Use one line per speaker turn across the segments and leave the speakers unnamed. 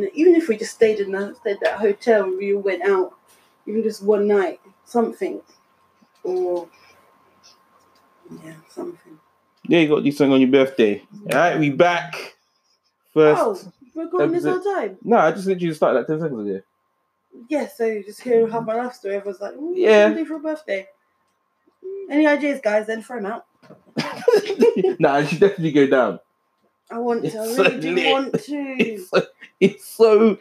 if we just stayed in the, stayed at that hotel and we all went out, even just one night, something, or yeah, something.
Yeah, you got to do something on your birthday. All right, we back. First,
Oh, we're going this whole time.
no, I just literally started like ten seconds ago.
Yeah, so just hear how my life story. Everyone's like, "Ooh,
Yeah.
what do you do for a birthday? Mm, Any ideas, guys? Then throw 'em out.
nah, I should definitely go down.
I want
It's
to. I
so
really do
lit.
want to
It's so, it's so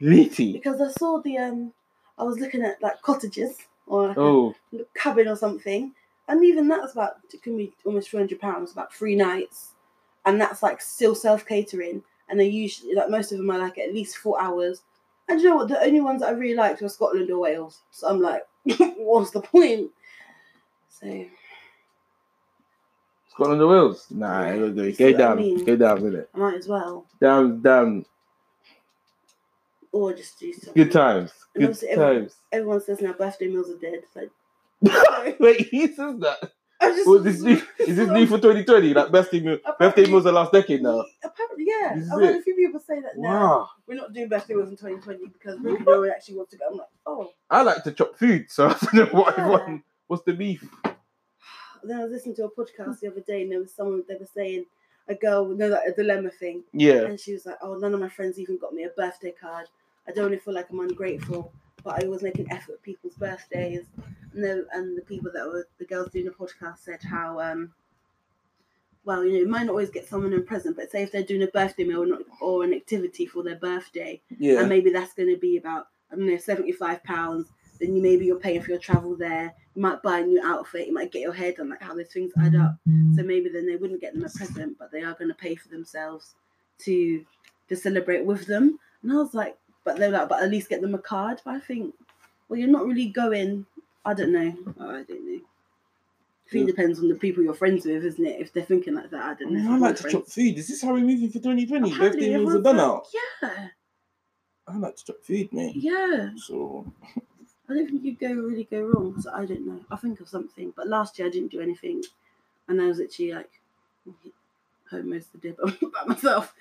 litty.
because I saw the um. I was looking at like cottages or like, a
Oh,
little cabin or something, and even that's about it can be almost three hundred pounds, about three nights, and that's like still self catering, and they usually like most of them are like at least four hours. And you know what? The only ones that I really liked were Scotland or Wales, so I'm like, what's the point? So
Scotland or Wales? Nah, I don't do it.
See
Go
what I
down,
mean?
go down with it.
I might as well,
Down, down.
or just do something.
Good times.
And
Good
obviously every-
times.
Everyone says now birthday meals are dead. Like,
Wait, he says that.
I just
What is this new? Is this new for 2020? Like birthday meal. Birthday meals the last decade now.
Apparently, yeah.
This is
I've had
it.
a few people say that now.
Wow.
we're not doing birthday meals in 2020 because we no one actually wants to go. I'm like, oh.
I like to chop food, so I don't know what
Yeah.
everyone. What's the beef?
And then I was listening to a podcast the other day and there was someone they were saying a girl, no, like a dilemma thing,
Yeah.
and she was like, oh, none of my friends even got me a birthday card. I don't want to feel like I'm ungrateful, but I always make an effort at people's birthdays. And the and the people that were the girls doing the podcast said how um. Well, you know, you might not always get someone in present, but say if they're doing a birthday meal or, not, or an activity for their birthday, and
Yeah.
maybe that's going to be about I don't know seventy five pounds. Then you maybe you're paying for your travel there. You might buy a new outfit. You might get your hair done. Like how those things add up. So maybe then they wouldn't get them a present, but they are going to pay for themselves to to celebrate with them. And I was like, but they're like, but at least get them a card. But I think, well, you're not really going. I don't know. Oh, I don't know. I think it depends on the people you're friends with, isn't it? If they're thinking like that, I don't know.
I like to chop food. Is this how we're moving for 2020?
Apparently
Birthday meals are
everyone's
done
like,
out.
Yeah,
I like to chop food, mate.
yeah.
So
I don't think you go really go wrong. So I don't know. I think of something. But last year I didn't do anything, and I was actually like home most of the day by- by myself.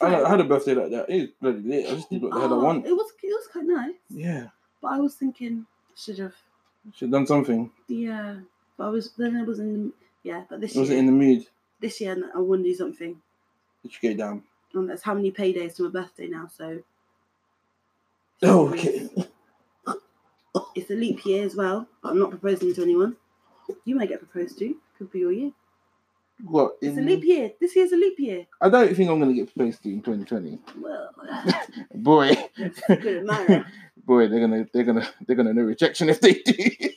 So,
I, I had a birthday like that. It was bloody lit. I just did what the hell I
Oh,
want.
It was it was quite nice,
Yeah.
but I was thinking should have
Should have done something.
yeah. But I was then I was in yeah. But this
I
year
wasn't in the mood.
this year I want to do something.
It should go down.
And that's how many paydays to my birthday now. So
Oh, okay.
it's a leap year as well. But I'm not proposing to anyone. You might get proposed to. Could be your year.
What?
It's a
in-
leap year. This year's a leap year.
I don't think I'm going to get proposed to in 2020.
Well,
Boy,
couldn't matter.
boy, they're gonna, they're gonna, they're gonna know rejection if they do.
Jesus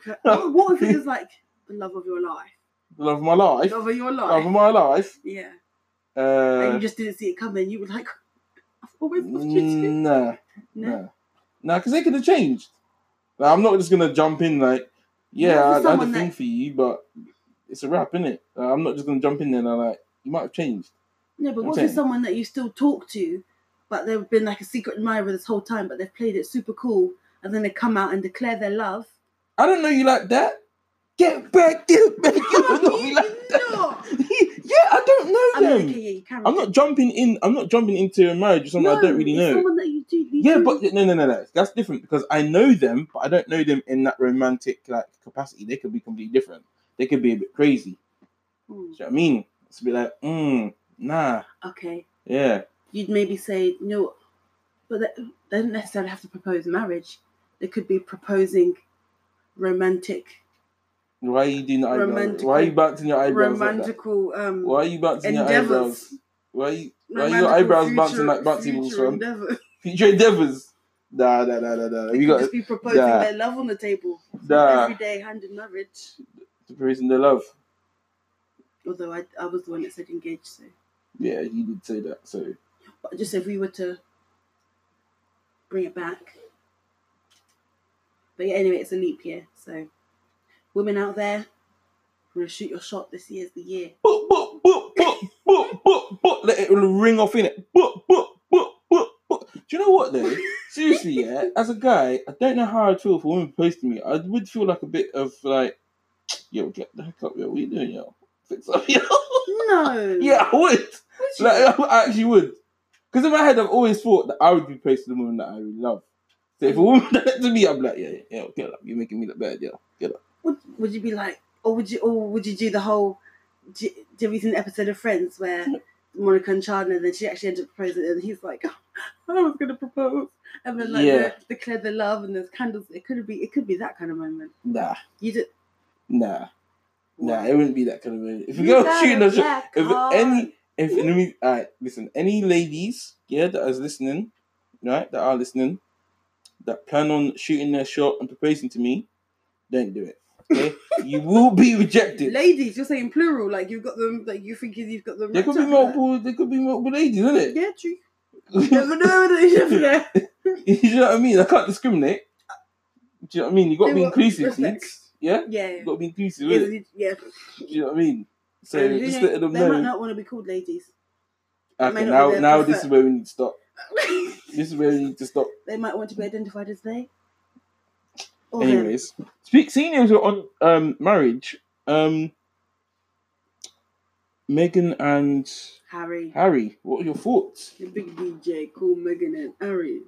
Christ. Oh, what if it was like the love of your life?
Love of my life.
Love of your
Love
life.
of my life.
yeah. and
Uh,
you just didn't see it coming. You were like, I've always wanted you to.
nah,
No.
nah, nah, because they could have changed. Like, I'm not just gonna jump in like, yeah,
Not for
I, I had a
someone
thing
that-
for you, but it's a wrap, innit? Uh, I'm not just gonna jump in there and I'm like, you might have changed.
No, but
I'm
what if
saying-
it's someone that you still talk to, but they've been like a secret admirer this whole time, but they've played it super cool, and then they come out and declare their love?
I don't know you like that. Get back, get back. You don't know me
you
like that.
not.
yeah, I don't
I mean,
know them.
okay, yeah, you can.
I'm not jumping in. I'm not jumping into a marriage or something I don't really
it's
know.
Someone that you do. You
Yeah,
do-
but no, no, no, no. That's different because I know them, but I don't know them in that romantic like capacity. They could be completely different. They could be a bit crazy.
Hmm,
Do you know what I mean? It's a bit like, mm, nah,
Okay.
yeah,
you'd maybe say no, but they, they don't necessarily have to propose marriage. They could be proposing romantic,
why are you doing the eyebrows?
Romantic-
Why are you bouncing your eyebrows like that?
romantical um,
Why are you bouncing your eyebrows?
endeavors.
Why are you, why are
romantical
your eyebrows
future-
bouncing like bouncy balls
future
from?
endeavors.
Future endeavors? Nah, nah, nah, nah, nah. You
You
got
just be proposing
nah.
their love on the table
nah.
every day, hand in marriage.
The person they love.
Although I, I was the one that said engaged, so
Yeah, you did say that. So
but just if we were to bring it back. But yeah, anyway, it's a leap year, so women out there, we're gonna shoot your shot. This year's the year.
boop, boop, boop, boop, boop, boop, boop. Let it ring off in it. Boop, boop, boop, boop, boop. Do you know what though? Seriously, yeah. As a guy, I don't know how I'd feel if a woman posted me. I would feel like a bit of like, yo, get the heck up, yo. What you doing, yo? Fix up, yo.
No.
yeah, uh, I would.
Would you?
Like, I actually would. Because in my head, I've always thought that I would be placed to the woman that I really love. So if a woman done that to me, I'm like, yeah, yeah, yeah, get up. You're making me look bad. Yeah, get up.
Would, would you be like, or would you, or would you do the whole, do, do you recent episode of Friends where Monica and Chandler, and then she actually ended up proposing, and he's like, I was gonna propose, and then like
Yeah.
they declare their love, and there's candles. It could be, it could be that kind of moment.
Nah,
You did.
nah, nah. It wouldn't be that kind of thing. If you
You
go
got
shooting
a
a shot,
black
if
heart.
any, if any, alright, listen, any ladies, yeah, that is listening, right, that are listening, that plan on shooting their shot and proposing to me, don't do it. Okay, you will be rejected.
Ladies, you're saying plural, like you've got them, like you think you've got them.
There
wrapped
could be
up in
multiple. There could be multiple ladies, isn't
that.
it?
Yeah, true. You never know, do you never know.
you know what I mean? I can't discriminate. Do you know what I mean? You got to
They
be
will
inclusive,
reflect.
kids. Yeah,
Yeah,
you got to be inclusive.
yeah,
innit?
yeah. yeah.
Do you know what I mean? So
And who
just
knows,
let them
they might
know.
not want to be called ladies. may
Okay,
not
now
be their
now this is
preferred.
where we need to stop. This is where we need to stop.
they might want to be identified as they. Or them.
Anyways, speak. Seeing as we're on um, marriage, um, Megan and
Harry,
Harry, what are your thoughts?
the big DJ, cool Megan and Harry,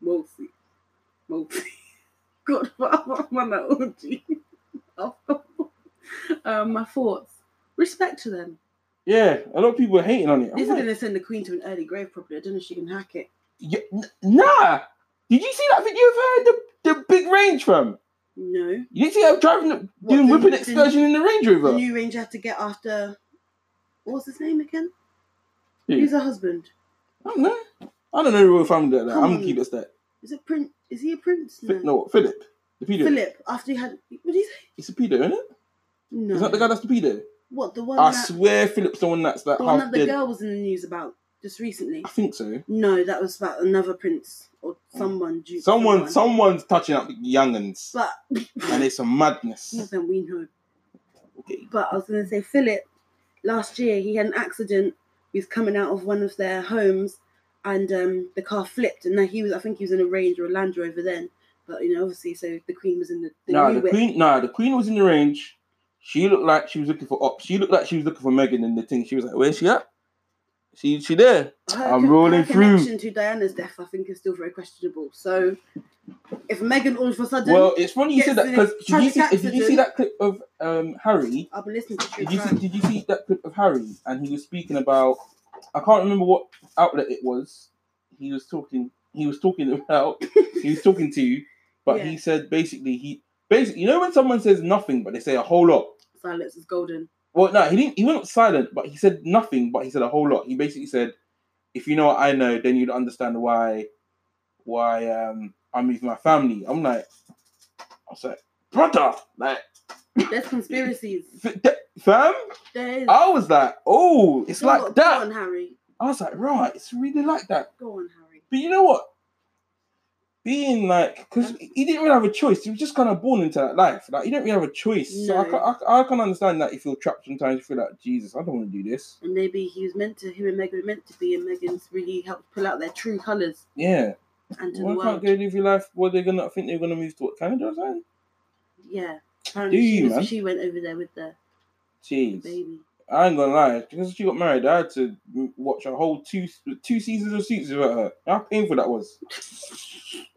Moxie, Moxie, God, man, that OG. um, my thoughts. Respect to them.
Yeah, a lot of people are hating on it. I'm
These are
like,
going to send the Queen to an early grave, probably. I don't know if she can hack it.
Yeah, n- nah. Did you see that video of her the the big range from?
No.
You didn't see her driving the,
What,
doing
the-
whipping
the-
excursion in the Range
The
Rover.
new Ranger had to get after. What's his name again?
Who?
Who's her husband?
I don't know. I don't know the royal family like that.
Come
I'm
on.
gonna keep it that.
Is it Prince? Is he a prince?
Fi- No, what? Philip. The pedo.
Philip. After he had. What did he say?
It's a pedo, isn't it?
No.
It's not the guy that's the pedo.
What the one?
I
that...
swear, Philip's the one that's that
The one
half
that the
dead.
girl was in the news about just recently.
I think so.
No, that was about another prince or someone. Duke,
Mm. Someone, someone's touching up the youngins,
But
and it's a madness.
nothing we know.
Okay.
But I was going to say, Philip, last year he had an accident. He was coming out of one of their homes, and um, the car flipped. And then he was, I think he was in a Range or a Land Rover then. But you know, obviously, so the Queen was in the, the
Nah,
new
the
whip.
queen. Nah, the queen was in the range. She looked like she was looking for ops. She looked like she was looking for Megan and the thing. She was like, "Where's she at? She she there?
Her
I'm
con-
rolling
her
through.
connection to Diana's death, I think, is still very questionable. So, if Meghan all of a sudden,
Well, it's funny you said that
Yes,
because
it's
did you see
tragic
did you see that clip of um Harry?
I'll be listening to true
Did you see,
crime.
did you see that clip of Harry and he was speaking about? I can't remember what outlet it was. He was talking. He was talking about. he was talking to you, but he
Yeah.
said basically he basically you know when someone says nothing but they say a whole lot.
Silence is golden.
Well, no, he didn't. He wasn't silent, but he said nothing. But he said a whole lot. He basically said, "If you know what I know, then you'd understand why, why um I'm with my family." I'm like, I was like, brother, like,
There's conspiracies.
f- th- fam.
There is.
I was like, oh, it's
Go on-
like that.
Go on, Harry.
I was like, right, it's really like that.
Go on, Harry.
But you know what? Being like, because he didn't really have a choice. He was just kind of born into that life. Like, you don't really have a choice. So I
No.
can I, I can understand that you feel trapped sometimes. You feel like, Jesus, I don't want to do this.
And maybe he was meant to. Him and Megan were meant to be, and Megan's really helped pull out their true colours
Yeah.
and to the
Why
world.
can't go live your life? Well, they're gonna I think they're gonna move to what Canada or something.
Yeah. Apparently,
Do
she,
you,
was-
man?
she went over there with the
Jeez,
baby.
I ain't gonna lie. Because she got married, I had to watch a whole two two seasons of Suits without her. How painful that was.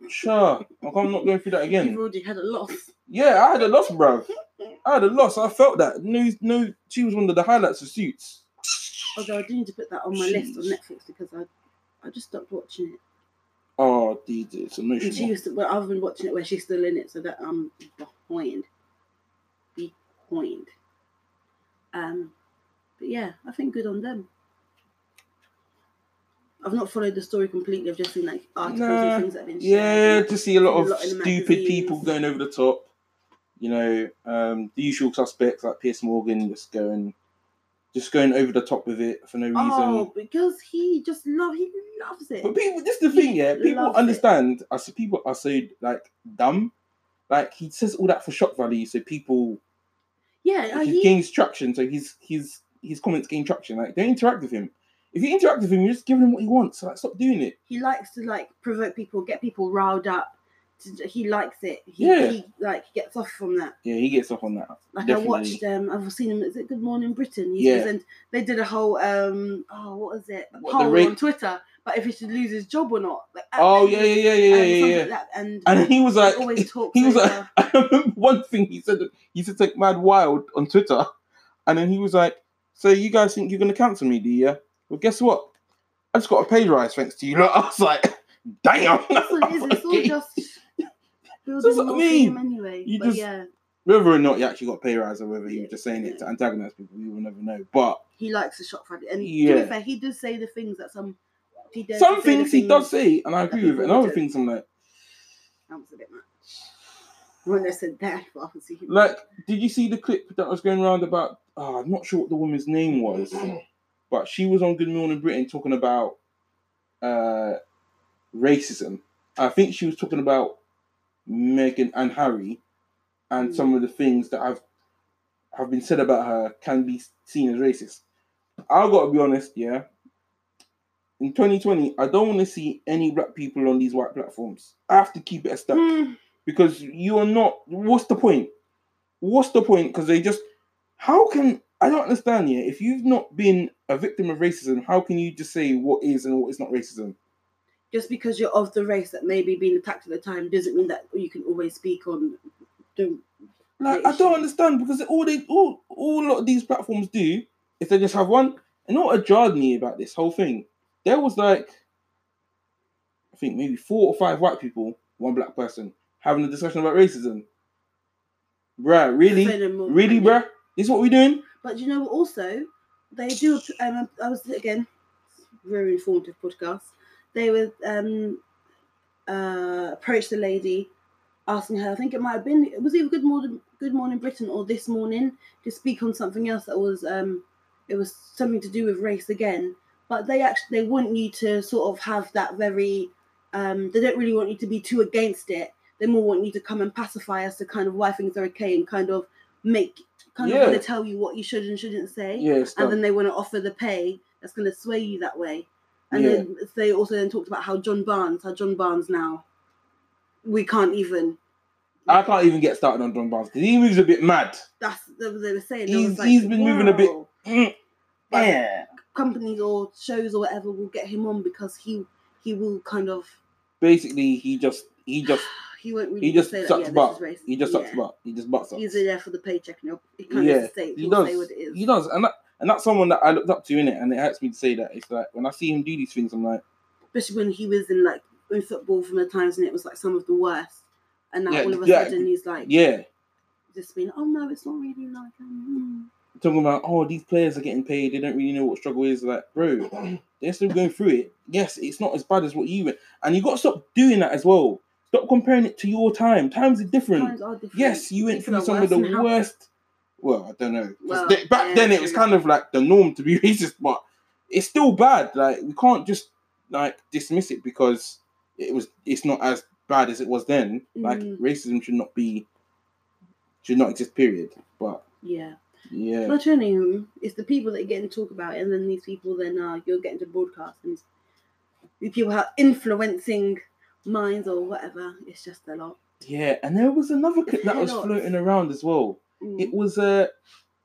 Sure, like, I'm not going through that
You've
again.
already had a loss.
Yeah, I had a loss, bruv. I had a loss. I felt that. No, no, she was one of the highlights of Suits.
Although I do need to put that on my list on
Jeez.
Netflix because I, I just stopped watching it.
Oh, dude, it's
And she
emotional.
used to, well, I've been watching it where she's still in it, so that I'm behind. Behind. Um, but yeah, I think good on them. I've not followed the story completely. I've just seen like articles
Nah,
and things that have been
Yeah,
shared.
to see a lot
A
of
lot in the
stupid
magazines.
people going over the top. You know, um, the usual suspects like Pierce Morgan just going, just going over the top with it for no reason.
Oh, because he just love he loves it.
But people, this is the thing,
He
yeah. People
loves it.
understand. I see people are so like dumb. Like he says all that for shock value, so people
Yeah, uh,
he,
he,
gains traction. So his his his comments gain traction. Like don't interact with him. If you interact with him, you're just giving him what he wants. So like stop doing it.
he likes to like provoke people, get people riled up. To- He likes it. He,
Yeah.
he like gets off from that.
Yeah, he gets off on that.
Like
Definitely.
I watched um I've seen him is it Good Morning Britain? He
Yeah.
present- they did a whole um oh what was it? A
What, the
poll
rate-
on Twitter But if he should lose his job or not. Like, at
Oh
the
yeah,
end,
yeah, yeah, yeah,
and
yeah,
something
yeah.
like that, and,
And he was like,
always talks
he was like,
over-
I remember one thing he said. He said like mad wild on Twitter, and then he was like, "So you guys think you're gonna cancel me, do you? Well, guess what? I just got a pay rise thanks to you." Like, I was like, "Damn!"
that's what it is. It's all just building
what I
your
mean.
freedom anyway.
You
but
just-
yeah,
whether or not he actually got a pay rise, or whether he was just saying
Yeah.
it to antagonize people, we will never know. But
he likes to shop front. And to
Yeah.
be fair, he does say the things that some. He does say
some
the
things he
things
does say, and I agree with it. And
people
other
do.
things I'm like,
That was a bit much. When they said that, but I can see him.
like, did you see the clip that was going around about? ah, I'm not sure what the woman's name was, but she was on Good Morning Britain talking about uh, racism. I think she was talking about Meghan and Harry, and
Mm.
some of the things that have have been said about her can be seen as racist. I've got to be honest, yeah. In 2020, I don't want to see any black people on these white platforms. I have to keep it a step
Hmm.
because you are not. What's the point? What's the point? Because they just. How can I don't understand here? If you've not been a victim of racism, how can you just say what is and what is not racism?
just because you're of the race that may be being attacked at the time doesn't mean that you can always speak on the
Like
the
I don't
issue.
understand because all they all all lot of these platforms do is they just have one. And what a jarred me about this whole thing, there was like, I think maybe four or five white people, one black person having a discussion about racism. Bruh, really,
phenomenon.
really, bruh, this is what we're doing.
But you know, what also, they do. Um, I was again very informative podcast. They were um, uh, approached the lady, asking her. I think it might have been it was either Good Morning Good Morning Britain or This Morning to speak on something else that was um, it was something to do with race again. But they actually they want you to sort of have that very. Um, they don't really want you to be too against it. They more want you to come and pacify us to kind of why things are okay and kind of make kind of
Yeah.
want to tell you what you should and shouldn't say
Yeah, it's
and
done.
then they want to offer the pay that's going to sway you that way. And
Yeah.
then they also then talked about how John Barnes, how John Barnes now, we can't even.
I can't even get started on Don Barnes because he moves a bit mad.
That's that was they were saying.
He's- he's been moving a bit- Mm,
Like,
yeah.
Companies or shows or whatever will get him on because he he will kind of
Basically, he just he just
he won't really
he just
say that.
sucks
yeah,
butt.
This is racist.
He just sucks
yeah.
butt. He just butts up.
He's there for the paycheck and he'll- he kind
Yeah,
of say,
He
he'll
does.
say what it is.
He does. And that, and that's someone that I looked up to in it, and it hurts me to say that. It's like when I see him do these things, I'm like,
Especially when he was in like in football from the times and it was like some of the worst. And now
Yeah,
all of a
yeah,
sudden he's like
yeah,
just being, oh no, it's not really like um,
talking about oh these players are getting paid, they don't really know what struggle is. Like, bro, they're still going through it. Yes, it's not as bad as what you went, and you got to stop doing that as well. Stop comparing it to your time. Times are
mm.
different.
times are different.
Yes, you went
People
through
are
some of the
worse now.
worst. Well, I don't know. 'Cause
Well,
they- back
yeah,
then, it was
true.
kind of like the norm to be racist, but it's still bad. Like we can't just like dismiss it because it was. It's not as bad as it was then. Like
Mm.
racism should not be, should not exist. Period. But
Yeah,
yeah,
not only it's the people that are getting talk about, it, and then these people then uh, you're getting to broadcast, and these people are influencing minds or whatever. It's just a lot.
yeah. And there was another clip that
Fair
was
lots.
floating around as well.
Mm.
it was uh,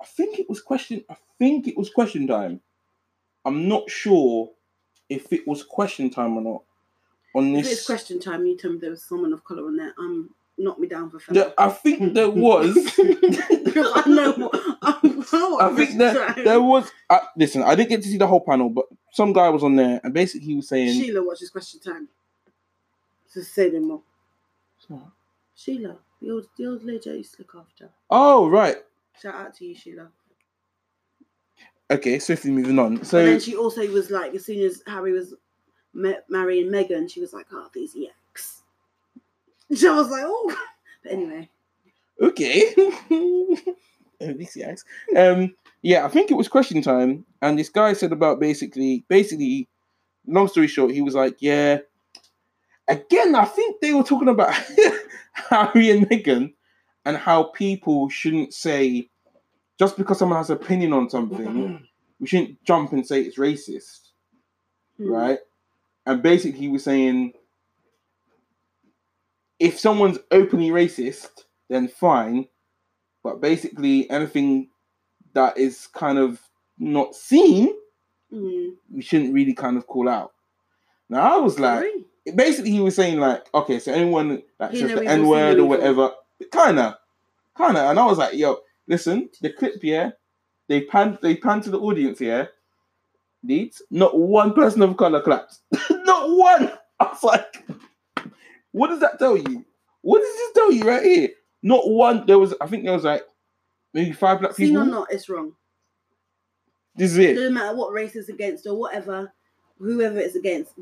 I think it was question I think it was question time. I'm not sure if it was question time or not. On
If
this
it's question time, you tell me there was someone of color on there. Um, knock me down for
There-
fella.
I think there was
I know what. I know what
I think
question time.
there was uh, listen, I didn't get to see the whole panel, but some guy was on there and basically he was saying
Sheila watches Question Time. So say no more. Sheila, the old, the old lady I used to look after.
Oh right.
Shout out to you, Sheila.
Okay, swiftly moving on.
So, but
So
then she also was like, as soon as Harry was ma- marrying Meghan, she was like, oh, these yaks. So I was like, oh. But anyway,
okay. Oh, this yikes. um yeah, I think it was question time and this guy said about basically basically long story short, he was like, Yeah. Again, I think they were talking about Harry and Meghan and how people shouldn't say just because someone has an opinion on something, we shouldn't jump and say it's racist,
Hmm.
right? And basically he was saying if someone's openly racist, then fine. But basically anything that is kind of not seen,
Mm. Mm-hmm.
we shouldn't really kind of call out. Now I was like,
Agree.
basically, he was saying like, okay, so anyone that
He
says
know
the
evil, see
N word
no
or
evil.
whatever, kinda, kinda, and I was like, yo, listen, the clip here, they pan, they pan to the audience here. Needs not one person of color clapped, not one. I was like, what does that tell you? What does this tell you right here? Not one. There was, I think there was like maybe five black
Seen or
people.
not, it's wrong.
This is
It
it.
doesn't matter what race it's against or whatever, whoever it's against,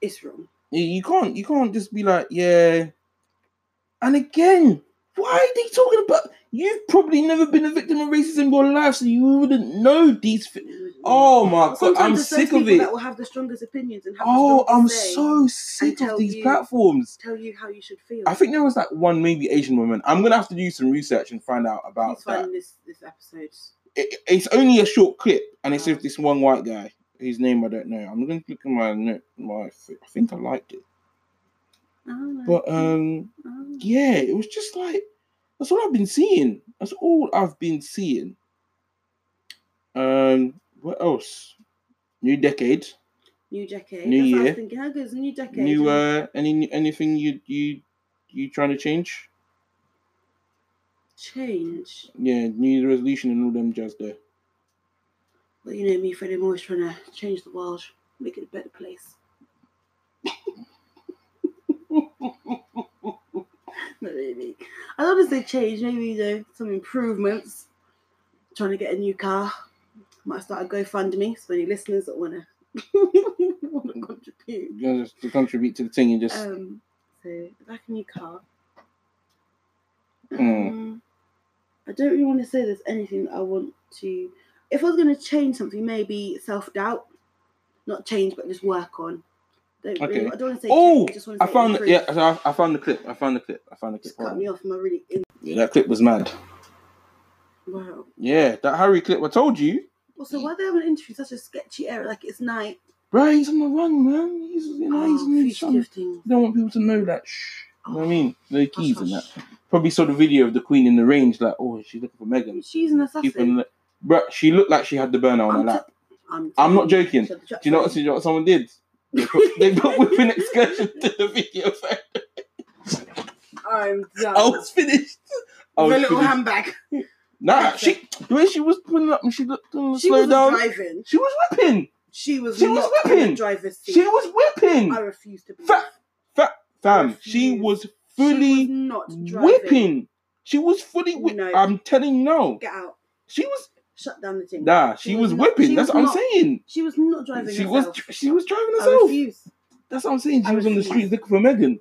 it's wrong.
You- You can't you can't just be like, yeah. And again, why are they talking about you've probably never been a victim of racism in your life, so you wouldn't know these thi- Oh my god,
Sometimes
I'm
it's those
sick of
people
it.
That will have the strongest opinions and have the
Oh,
strongest
I'm
say
so sick of
tell
these
you-
platforms.
Tell you how you should feel.
I think there was like one maybe Asian woman. I'm gonna have to do some research and find out about
he's
that.
finding this this episode.
It, it's only a short clip, and
Oh.
it's with this one white guy. His name I don't know. I'm gonna click on my note- my. thi- I think I liked it,
Oh,
but
okay.
um.
Oh.
yeah, it was just like that's all I've been seeing. That's all I've been seeing. Um, what else? New decade,
new decade.
New
That's what I
year.
was thinking. How good is new decade?
new uh, any anything you you you trying to change?
change.
Yeah, New Year's resolution and all them jazz there.
But you know me, Fred. I'm always trying to change the world, make it a better place. Not really. I'd honestly change. Maybe you know some improvements. Trying to get a new car. Might start a GoFundMe. So any listeners that wanna wanna contribute.
You know, just to contribute to the thing and just
Um. So like a new car.
Mm.
Um, I don't really want to say there's anything that I want to. If I was going to change something, maybe self doubt. Not change, but just work on. Don't
Okay.
really, I don't want to say.
Oh,
change, I, just want to
I
say
found
improve.
yeah, I, I found the clip. I found the clip. I found the clip.
Just cut me off. Am I really? In-
Yeah, that clip was mad.
wow.
Yeah, that Harry clip. I told you,
Also, why they have an interview in such a sketchy area? Like it's night.
bro. He's on the run, man. He's you know he's
oh,
in his
fugitive things.
You don't want people to know that. Shh.
Oh.
You know what I mean? The
Hush,
keys and that.
hush.
Probably saw the video of the Queen in the range, like, oh, she's looking for Megan.
She's an
Keep
assassin.
an... Bruh, she looked like she had the burner on her
I'm,
lap.
t- I'm,
I'm not
telling you,
joking.
shut the trap
Do you know
door.
what, do you know what someone did? They put, they put whipping excursion to the video. fam.
I'm done.
I was finished. I
With
Oh, was
a little
finished.
handbag.
nah, she, the way she was pulling up and she looked on the
She
slow
was
down,
driving.
she was whipping.
She was
She was
locked in the
whipping.
driver's seat.
She was whipping.
I refuse to believe.
Fa- Fam, she
refuse.
was
She was
fully
not driving.
whipping. She was fully whipping.
No.
I'm telling you, no.
Get out.
She was
Shut down the thing.
Nah, she,
She
was,
was not-
whipping.
she
That's
was
what
not
I'm saying.
She was not driving.
She
herself.
was she was driving
I
herself.
refuse.
That's what I'm saying.
I
She was on the
refuse.
street looking for Megan.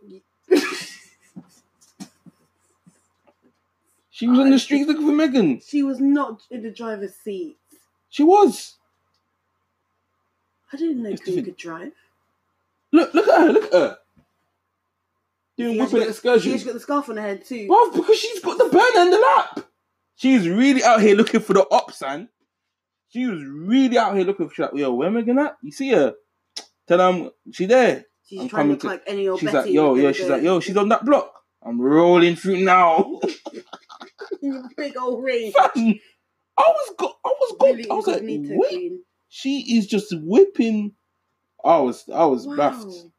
She was on
I-
the street looking for Megan.
She was not in the driver's seat.
She was.
I didn't know
It's
Queen
different.
could drive.
Look, look at her. Look at her. Doing
She has
whipping
got-
excursions.
She's got the scarf on her head too.
Bruv, because she's got the burner in the lap. She's really out here looking for the op, son. She was really out here looking for. She's like, yo, where am I gonna? You see her? Tell them she there.
She's
I'm
trying to
coming
look
to-
like any old
she's
Betty.
like, yo,
with
yo.
the-
She's like, yo. She's on that block. I'm rolling through now.
big old ring.
Fam, I was go- I was go-
Really
I was like,
incognito
wait,
Queen.
she is just whipping. I was I was baffed,
Wow.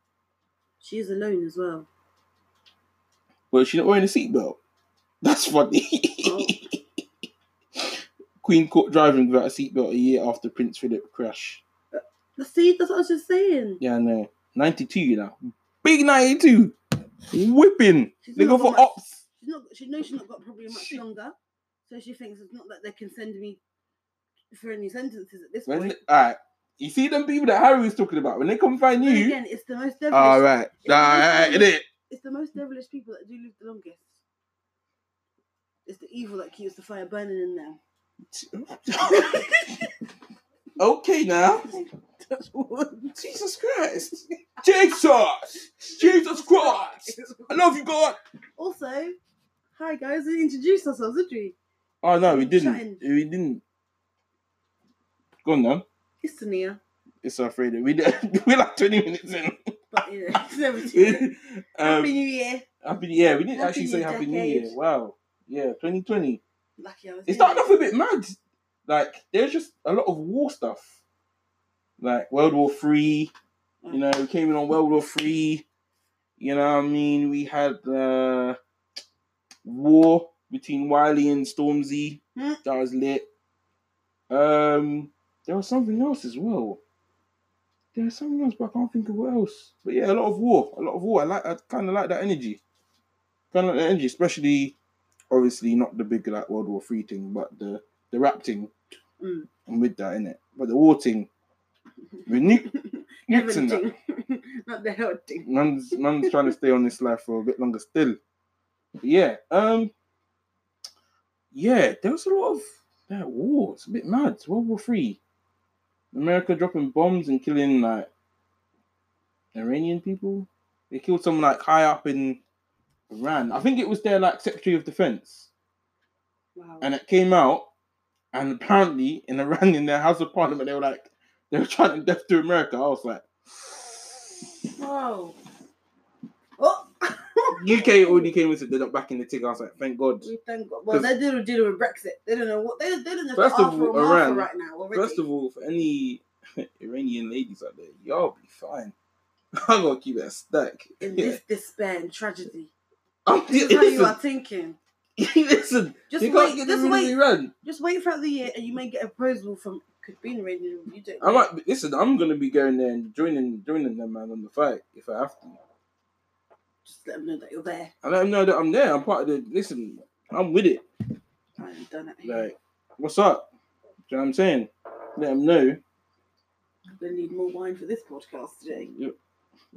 She is alone as well.
but she's not wearing a seatbelt. That's funny.
Oh.
Queen caught driving without a seatbelt a year after Prince Philip crash.
See, that's what I was just saying.
Yeah, I know. Ninety two, you know, big ninety two, whipping.
She's
They
not got
go for
much-
ops.
She's not. She knows she's not got probably much
She-
longer, so she thinks it's not that they can send me for any sentences at this
When
point.
all right, you see them people that Harry was talking about when they come find
Then
you.
again, it's the most devilish.
All Ah, right,
It's
all right,
the most
innit?
It's the most devilish people that do live the longest. It's the evil that keeps the fire burning in them.
okay now. Jesus Christ. Jesus! Jesus Christ! I love you, God!
Also, hi guys, we introduced ourselves, did we?
Oh no, we
Shut
didn't.
in.
We didn't. Go on now.
It's Tania,
It's our Friday. We did, we're like 20 minutes in.
but you know, it's never too late. Happy
um,
New Year.
happy, yeah, we didn't
Happy
actually
New
say Happy New
Decade.
Year. Wow. Yeah, 2020.
Lucky I was.
It
here.
started off a bit mad. Like, there's just a lot of war stuff. Like World War Three, You know, we came in on World War Three. You know what I mean? We had uh, war between Wiley and Stormzy.
Hmm.
That was lit. Um, there was something else as well. There was something else, but I can't think of what else. But yeah, a lot of war, a lot of war. I like, I kind of like that energy. Kind of like that energy, especially, obviously not the big like World War Three thing, but the the rap thing.
Mm.
I'm with that in it, but the war thing. With Nick, Nick's in that.
Everything. Not the hell thing.
Man's, man's trying to stay on this life for a bit longer still. But yeah, um, yeah, there was a lot of that war. It's a bit mad. It's World War Three, America dropping bombs and killing like Iranian people. They killed someone like high up in Iran. I think it was their like Secretary of Defense
Wow.
and it came out, and apparently in Iran, in their House of Parliament, they were like, they were chanting "Death to America." I was like,
Whoa. Oh.
UK already came into they're not backing the tick. I was like, thank God.
We Thank God. Well, they didn't deal with Brexit. They don't know what they, they don't know.
First of
Arthur
all,
and Martha
Iran-
right now. Already.
First of all, for any Iranian ladies out there, y'all be fine. I'm gonna keep that stack.
in
Yeah.
this despair and tragedy,
I'm,
this is how you
listen,
are thinking.
listen.
Just
you can't
wait.
get
Just
rid of
wait.
Iran.
Just wait throughout the year, and you may get a proposal from could be in radio. You don't.
I
know.
might be, listen. I'm gonna be going there and joining joining them man on the fight if I have to.
Just let them know that you're there.
I let them know that I'm there. I'm part of the. Listen, I'm with it.
I ain't done it.
like, what's up? Do you know what I'm saying? Let them know.
I'm gonna need more wine for this podcast today.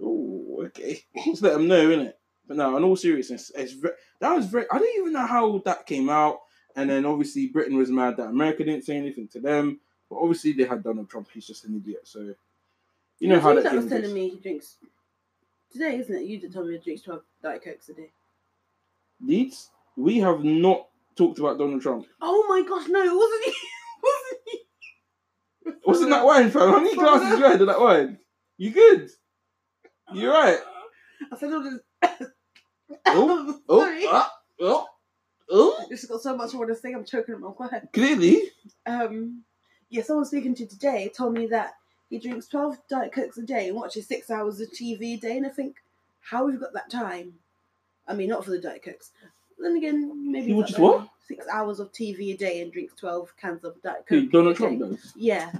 Oh, okay. Just let them know, innit? But no, in all seriousness, it's ve- that was very. I don't even know how that came out. And then obviously Britain was mad that America didn't say anything to them. But obviously they had Donald Trump. He's just an idiot. So you know how that
that was
came.
telling
goes.
me he drinks today, isn't it? You did tell me he drinks twelve diet cokes a day.
Leeds, we have not talked about Donald Trump.
Oh my gosh, no, it wasn't you. wasn't you.
Wasn't that wine, fam? How many glasses you had of that wine? You good? You right?
I said all this.
Oh,
Sorry.
oh, ah, oh, oh.
Just got so much I want to say. I'm choking on my word.
Clearly,
Um, yeah, someone speaking to today told me that he drinks twelve diet cokes a day and watches six hours of TV a day, and I think how have you got that time? I mean, not for the diet cokes. Then again, maybe
He
it's
watches
not that
what?
Six hours of TV a day and drinks twelve cans of diet coke.
who, Donald
a
Trump
day.
does.
Yeah,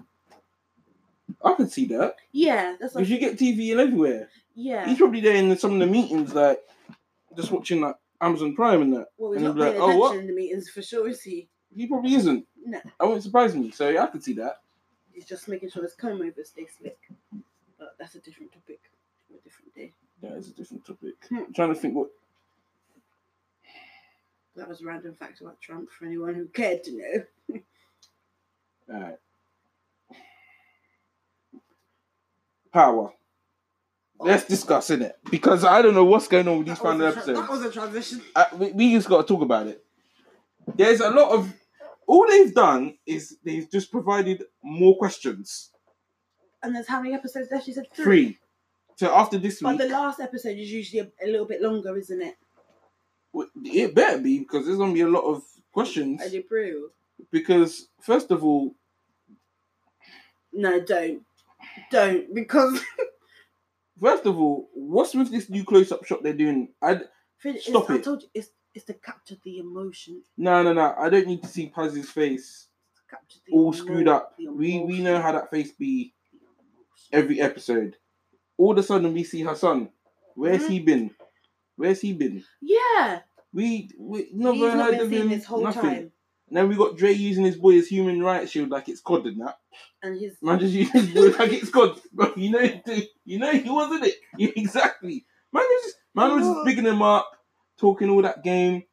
I can see that.
yeah, that's like
Because you get TV in everywhere.
yeah.
He's probably there in some of the meetings, like just watching like Amazon Prime and that.
Well, he's
And
not
he'll be
paying
like, "Oh,
attention
what?"
in the meetings for sure, is he?
He probably isn't.
No,
That won't surprise me. So yeah, I could see that.
he's just making sure his comb overs stay slick. But that's a different topic for a different day.
That is a different topic.
Hmm.
I'm trying to think what.
That was a random fact about Trump for anyone who cared to know.
Alright. Power. Let's discuss in it because I don't know what's going on with these
That was
final
a tra-
episodes.
That was a transition.
I, we, we just got to talk about it. There's a lot of all they've done is they've just provided more questions.
And there's how many episodes left? You said three.
Three. So after this
But
week,
the last episode is usually a, a little bit longer, isn't it?
w- it better be because there's gonna be a lot of questions.
I do brew.
Because first of all,
No, don't. Don't. Because
first of all, what's with this new close-up shot they're doing? I d-
Finn, it's-
Stop
I
it.
told you, it's, it's to capture the emotion.
no no no. I don't need to see Paz's face
It's to capture the
all screwed
emo-
up.
the
We we
emotion,
know how that face be
the emotion.
every episode. All of a sudden we see her son. Where's
Mhm.
he been? Where's he been?
Yeah.
We we
He's
never
not
heard
been
of
seen
him.
this whole
nothing.
time.
And then we got Dre using his boy as human rights shield like it's COD and that.
And his
Man just using his boy like it's COD. Bro, you know, dude, you know he wasn't it. You- exactly. Man was just man was just bigging him up, talking all that game.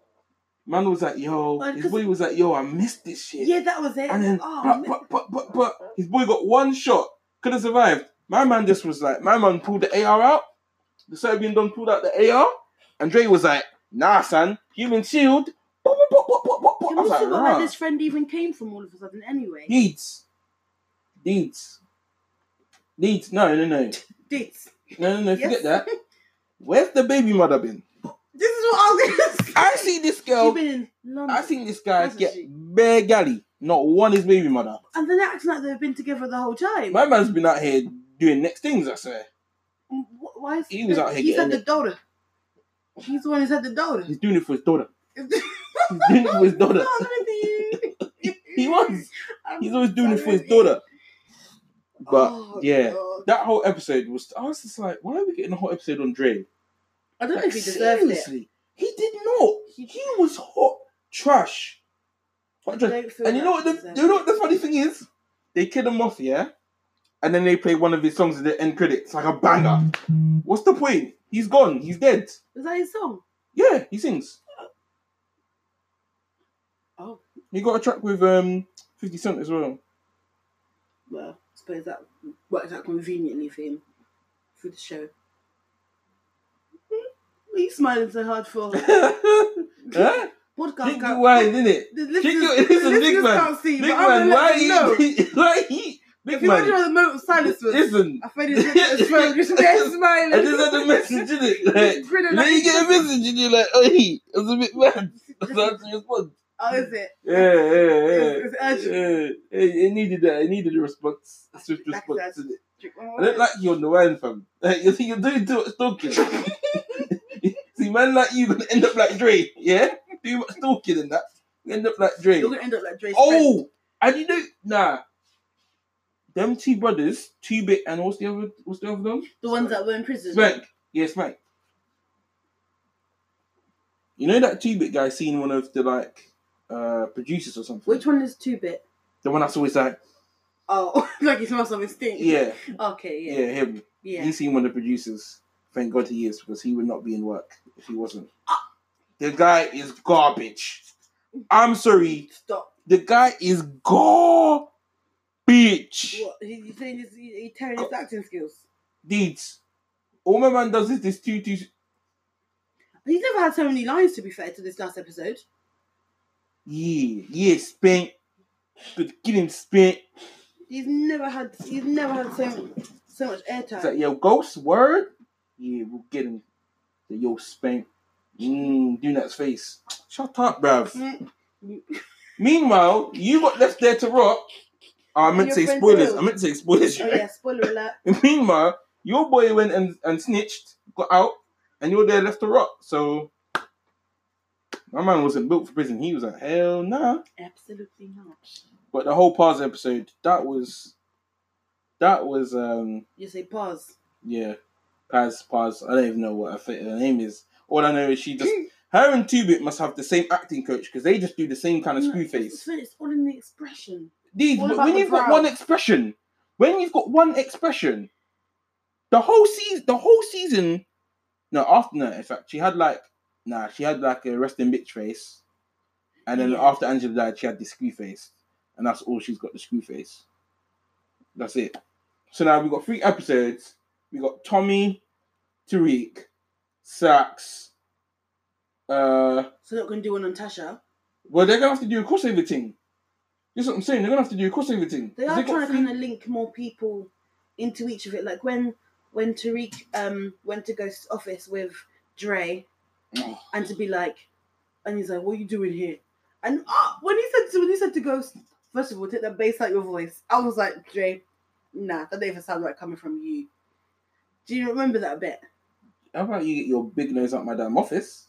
Man was like, yo,
Well,
his
'cause-
boy was like, yo, I missed this shit.
Yeah, that was it.
And then,
oh,
but,
man.
but, but, but, but, his boy got one shot. Could have survived. My man just was like, my man pulled the AR out. The Serbian done pulled out the AR. And Dre was like, nah, son, human shield. Bop, bop, bop, bop, bop, bop. I
Can we
was
see
like,
where my
nah.
this friend even came from all of a sudden anyway?
Deeds. Deeds. Deeds. No, no, no.
This.
No, no, no.
Yes.
Forget that. Where's the baby mother been?
This is what I was going to say.
I see this
She's
girl.
been in London.
I seen this guy
Hasn't
get
she?
bare galley. Not one is baby mother.
And they're acting like they've been together the whole time.
My man's been out here doing next things, I swear.
wh- why is
He was out here
He's
getting
had the daughter. He's the one who's had the daughter.
He's doing it for his daughter. He's doing it for his daughter. He was. He's always doing it for his daughter. But
Oh,
yeah. that whole episode was. I was just like, why are we getting a whole episode on Dre?
I don't know
Like,
if he deserved it.
seriously, He did not. He, he was hot trash. Hot trash. And you know what? The, you know what the funny thing is? They kill him off, yeah, and then they play one of his songs at the end credits, like a banger. What's the point? He's gone. He's dead.
Is that his song?
Yeah, he sings.
Oh.
He got a track with um Fifty Cent as well.
Well, I suppose that worked out conveniently for him through the show. What are you smiling so hard for?
huh?
Podcast
Kick your
can't.
wine, innit?
The
Kick
listeners,
your-
the
this is
listeners
Big Man.
can't see,
Big
but I'm
man,
gonna
why
let you know.
he? Why he?
If
Big
you imagine
man,
what the moment of silence was,
listen.
I felt his lips smiling.
I just had a message in it. Like,
Grinning
then you
like-
get a message and you're like, oh, he, I was a bit mad. So I had to respond.
Oh, is it?
Yeah, yeah, yeah.
It's- it's urgent.
Yeah, it, it needed that. It needed a response, a swift
That's
response.
urgent.
innit? I don't like you on the wine, fam. Like, you think you're doing too much talking. See, man like you gonna end up like Dre, yeah? Too much talking and that. You end up like Dre.
You're gonna end up like Dre.
Oh, and you know, nah. Them two brothers, two bit, and what's the other? What's the other one?
the ones that were in prison.
Spank. Yeah, Spank. You know that two bit guy seen one of the like uh producers or something.
Which one is two bit?
The one that's always like,
Oh, like he smells something stink.
yeah,
Okay.
yeah,
Yeah.
him.
Yeah.
He seen one of the producers. Thank God he is because he would not be in work if he wasn't.
Ah.
The guy is garbage. I'm sorry.
Stop.
The guy is garbage.
What? He, you saying he's, he, he tearing
Oh.
his acting skills?
deeds. All my man does is this two two.
He's never had so many lines. To be fair, to this last episode.
Yeah, yeah, spent. Good, get him spent.
He's never had. He's never had so so much airtime. Oh,
It's like, yo, ghost word. Yeah, we'll get him. The yo spank. Mmm, doing that's face. Shut up, bruv.
Mm.
Meanwhile, you got left there to rot. Oh, I meant to
Your
say
friend
spoilers.
Will.
I meant to say spoilers.
Oh
right?
yeah. Spoiler alert.
Meanwhile, your boy went and, and snitched, got out, and you're there left to rot. So, my man wasn't built for prison. He was like, hell nah.
Absolutely not.
But the whole pause episode, that was that was um
You say pause.
yeah. Paz Paz. I don't even know what her, fa- her name is. All I know is she just her and Two Bit must have the same acting coach because they just do the same kind of screw
It's,
face.
it's all in the expression.
These
all
when
about the
you've got
brow.
one expression, when you've got one expression, the whole season the whole season no, after no, in fact, she had like nah, she had like a resting bitch face. And then
Yeah.
after Angela died, she had the screw face. And that's all she's got the screw face. That's it. So now we've got three episodes. We got Tommy, Tariq, Sax. Uh
So not gonna do one on Tasha.
well they're gonna have to do a crossover thing. That's what I'm saying. They're gonna have to do a crossover thing.
They
'Cause
are
got
trying to
three-
kind of link more people into each of it. Like when when Tariq um went to Ghost's office with Dre
Oh.
and to be like, and he's like, "What you doing here?" And ah, when he said to when he said to Ghost, first of all, take that bass out your voice. I was like, Dre, nah, that don't even sound right coming from you. Do you remember that bit?
How about you get your big nose out my damn office?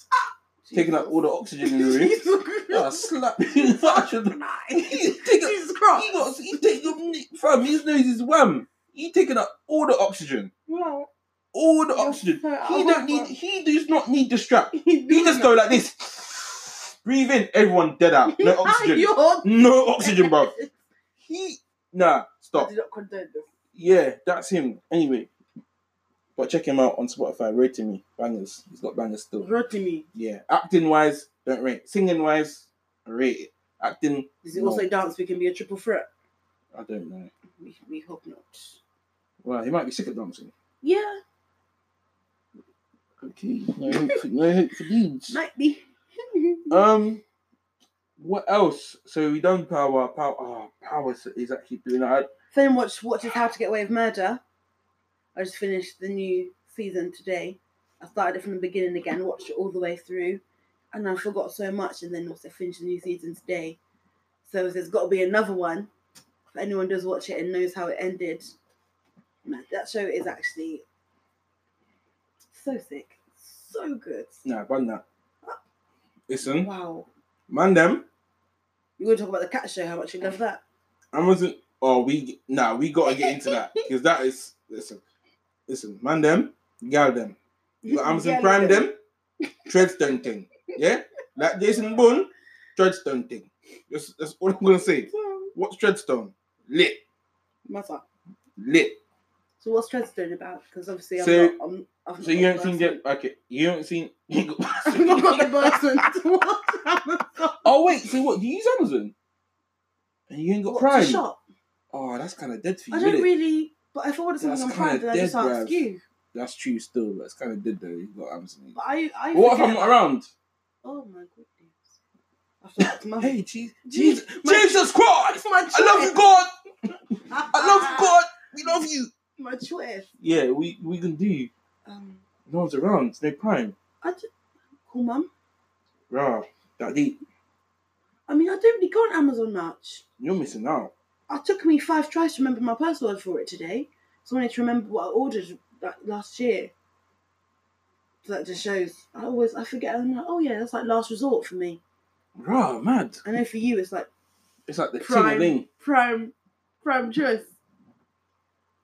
Taking up all the oxygen in the room.
Jesus
I'll
Christ.
slap you in the face with
Nice.
Take up,
Jesus Christ.
he got, he take your, fam, his nose is wham. He taking up all the oxygen,
Well,
all the
You're
oxygen.
so out
He
of
don't
work,
need,
bro.
he does not need the strap. He
you
just go like this, breathe in, everyone dead out, no oxygen,
You're-
no oxygen, bro. He, nah,
I
stop.
do not condone this.
Yeah, that's him. Anyway, but check him out on Spotify. Rate me, bangers. He's got bangers still.
Rotimi.
Yeah, acting wise, don't rate. Singing wise, rate it. Acting,
Is it
No.
also dance? We can be a triple threat.
I don't know.
We, we hope not.
Well, he might be sick of dancing.
Yeah,
Okay, no hope for, no hope for deeds.
might be. Uh,
Um, what else? So we done power, power. Oh, power is- is actually doing that.
Then watch watches How to Get Away with Murder. I just finished the new season today. I started it from the beginning again, watched it all the way through, and I forgot so much. And then also finished the new season today. So there's got to be another one. If anyone does watch it and knows how it ended, man, that show is actually So sick. So good.
Nah, ban that. Listen,
Wow.
man, them
You want to talk about the cat show, how much you love that?
Amazon. Oh, we nah, we gotta get into that because that is listen, listen, man, them, gal, them. You got Amazon
Yeah,
Prime,
love
them, Treadstone thing, yeah, like Jason Bourne, Treadstone thing. That's that's all I'm gonna say. What's Treadstone? Lit,
Matter.
lit.
So what's Treadstone about? Because obviously I'm
So-
not. I'm, I've
So
not
you
got
ain't seen
Burton.
that? Okay, you haven't seen. you got-
I've not got the person to watch Amazon.
oh wait, so what? Do you use Amazon? And you ain't got
What, to
Prime.
shop?
Oh, that's kind of dead for you.
I
isn't
don't
it?
really. But if I order something
That's
on Prime,
kinda
then I just
dead,
ask
bruv.
you.
That's true still, but it's kind of dead though. You've got Amazon.
But I, I.
But what if
forget
I'm not
about-
around?
Oh my goodness. I've talked to my.
Hey, Jesus,
Jesus-
Jesus, Jesus Christ!
It's my
I love you,
choice.
God. I love
Ah.
you, God. We love you.
My choice.
Yeah, we we can do.
Um,
No one's around. It's no prime.
I just, cool, mum.
Rah, that deep.
I mean, I don't really go on Amazon much.
You're missing out.
It took me five tries to remember my password for it today. So I wanted to remember what I ordered like, last year. So that just shows. I always I forget. I'm like, oh yeah, that's like last resort for me.
Rah, mad.
I know for you, it's like
It's like the
Prime.
thing.
prime, prime choice.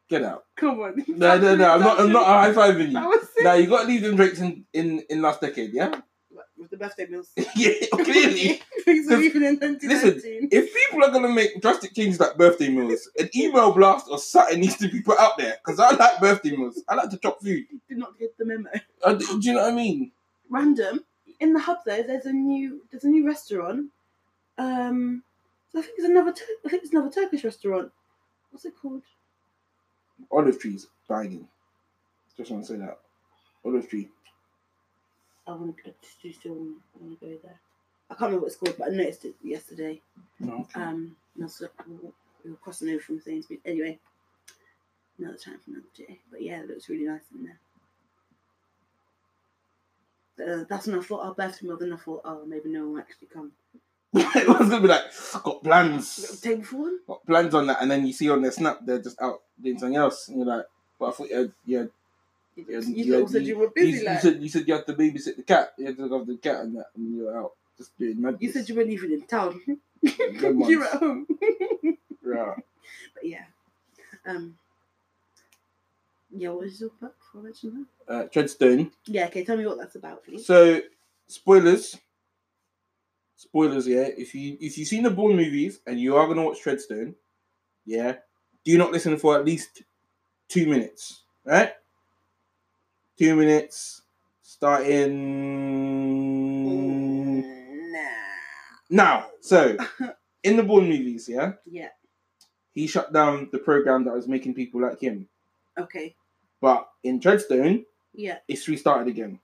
Get out.
Come on.
No, no, no. I'm not. I'm not high fiving
That
you.
was it.
Now you gotta leave them drinks in in, in last decade, yeah.
With the birthday meals.
yeah, clearly.
Things are even in 2019.
If people are gonna make drastic changes like birthday meals, an email blast or something needs to be put out there. Cause I like birthday meals. I like to chop food.
Did not get the memo.
I d do you know what I mean?
random in the hub though there's a new there's a new restaurant um so i think it's another Tur- i think it's another turkish restaurant what's it called
Olive trees banging. Just want to say that. Olive tree.
i want to go do still want to go there i can't remember what it's called but i noticed it yesterday
No.
um and also we were crossing over from sainsbury's anyway another time for another day but yeah it looks really nice in there uh, that's when I thought I'll birthday meal. Then I thought, oh, maybe no one will actually come.
it was gonna be like got
Little
plans,
table for one.
got plans on that, and then you see on their snap they're just out doing something else, and you're like, "But I thought you had, you had, you had,
You thought said you were
you-
busy.
you
like
said you said you had to babysit the cat, you had to look after the cat, and that, and you're out just doing madness.
You said you were leaving in town.
Good ones.
you were at home. but
Right.
yeah. Um Yeah, what is your book for original?
uh, Treadstone.
Yeah, okay, tell me what that's about, please.
So spoilers, spoilers. Yeah, if you if you've seen the Bourne movies and you are gonna watch Treadstone, yeah, do not listen for at least two minutes. Right, two minutes. Starting
Nah.
now. So in the Bourne movies, yeah,
Yeah,
he shut down the program that was making people like him.
okay.
But in Treadstone,
Yeah.
it's restarted again.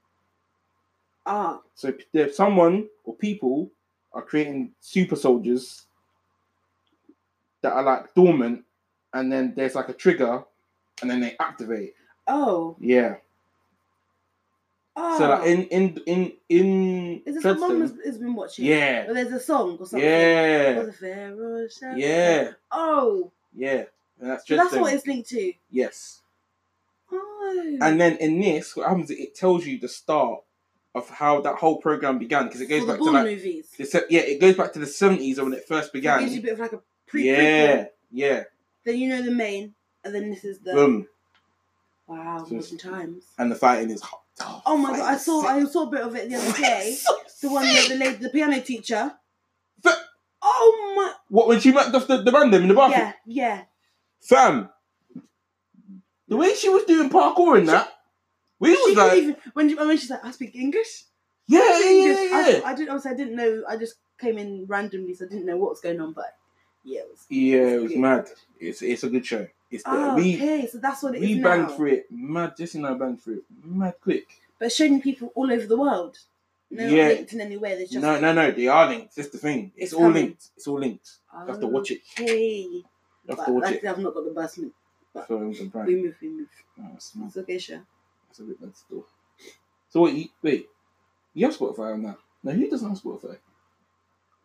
Ah,
So p- there's someone or people are creating super soldiers that are like dormant, and then there's like a trigger, and then they activate.
oh,
Yeah.
oh.
So like in in in in
is this what
Treadstone-
mum has, has been watching?
yeah,
Well, there's a song or something.
yeah,
Was it Pharaoh Shah-
yeah,
Oh,
yeah. And that's
so that's
Treadstone.
what it's linked to.
yes.
Oh.
And then in this, what happens? is It tells you the start of how that whole program began because it goes
for the
back to
Bourne
like
movies.
the, se- yeah, it goes back to the seventies when it first
So it gives you a
began.
bit of like a pre
Yeah, yeah.
Then you know the main, and then this is the
Boom.
wow
So it's-
modern times.
and the fighting is hot. Oh,
Oh my god! I saw I saw a bit of it the other day. The one with the lady, the piano teacher.
Fa-
Oh my!
What when she met off the, the random in the bathroom?
Yeah, yeah.
Fam. The way she was doing parkour in that, we
She
was
couldn't
like,
even when when she's like, I speak English.
yeah,
I,
yeah,
speak
yeah,
English.
yeah.
I, I didn't honestly. I didn't know. I just came in randomly, so I didn't know what was going on. But yeah, it was.
Yeah, it was
Good.
mad. It's it's a good show. It's the,
Oh,
we
okay, so that's what it is
we
now.
banged through it mad. Jesse and I banged through it mad quick.
But showing people all over the world. No,
Yeah.
yeah. linked in any way. There's just
No, no, no. They are linked. That's the thing. It's,
It's
all
coming.
linked. It's all linked. You have to watch it.
Okay.
You have
But
to watch
like I
it.
said, I've not got the bus. move. that-
So it was a
We
brand.
move. We move.
Oh, it's mad.
It's okay, sure.
It's a bit mad still. So wait, you, wait. You have Spotify on that? No, who doesn't have Spotify?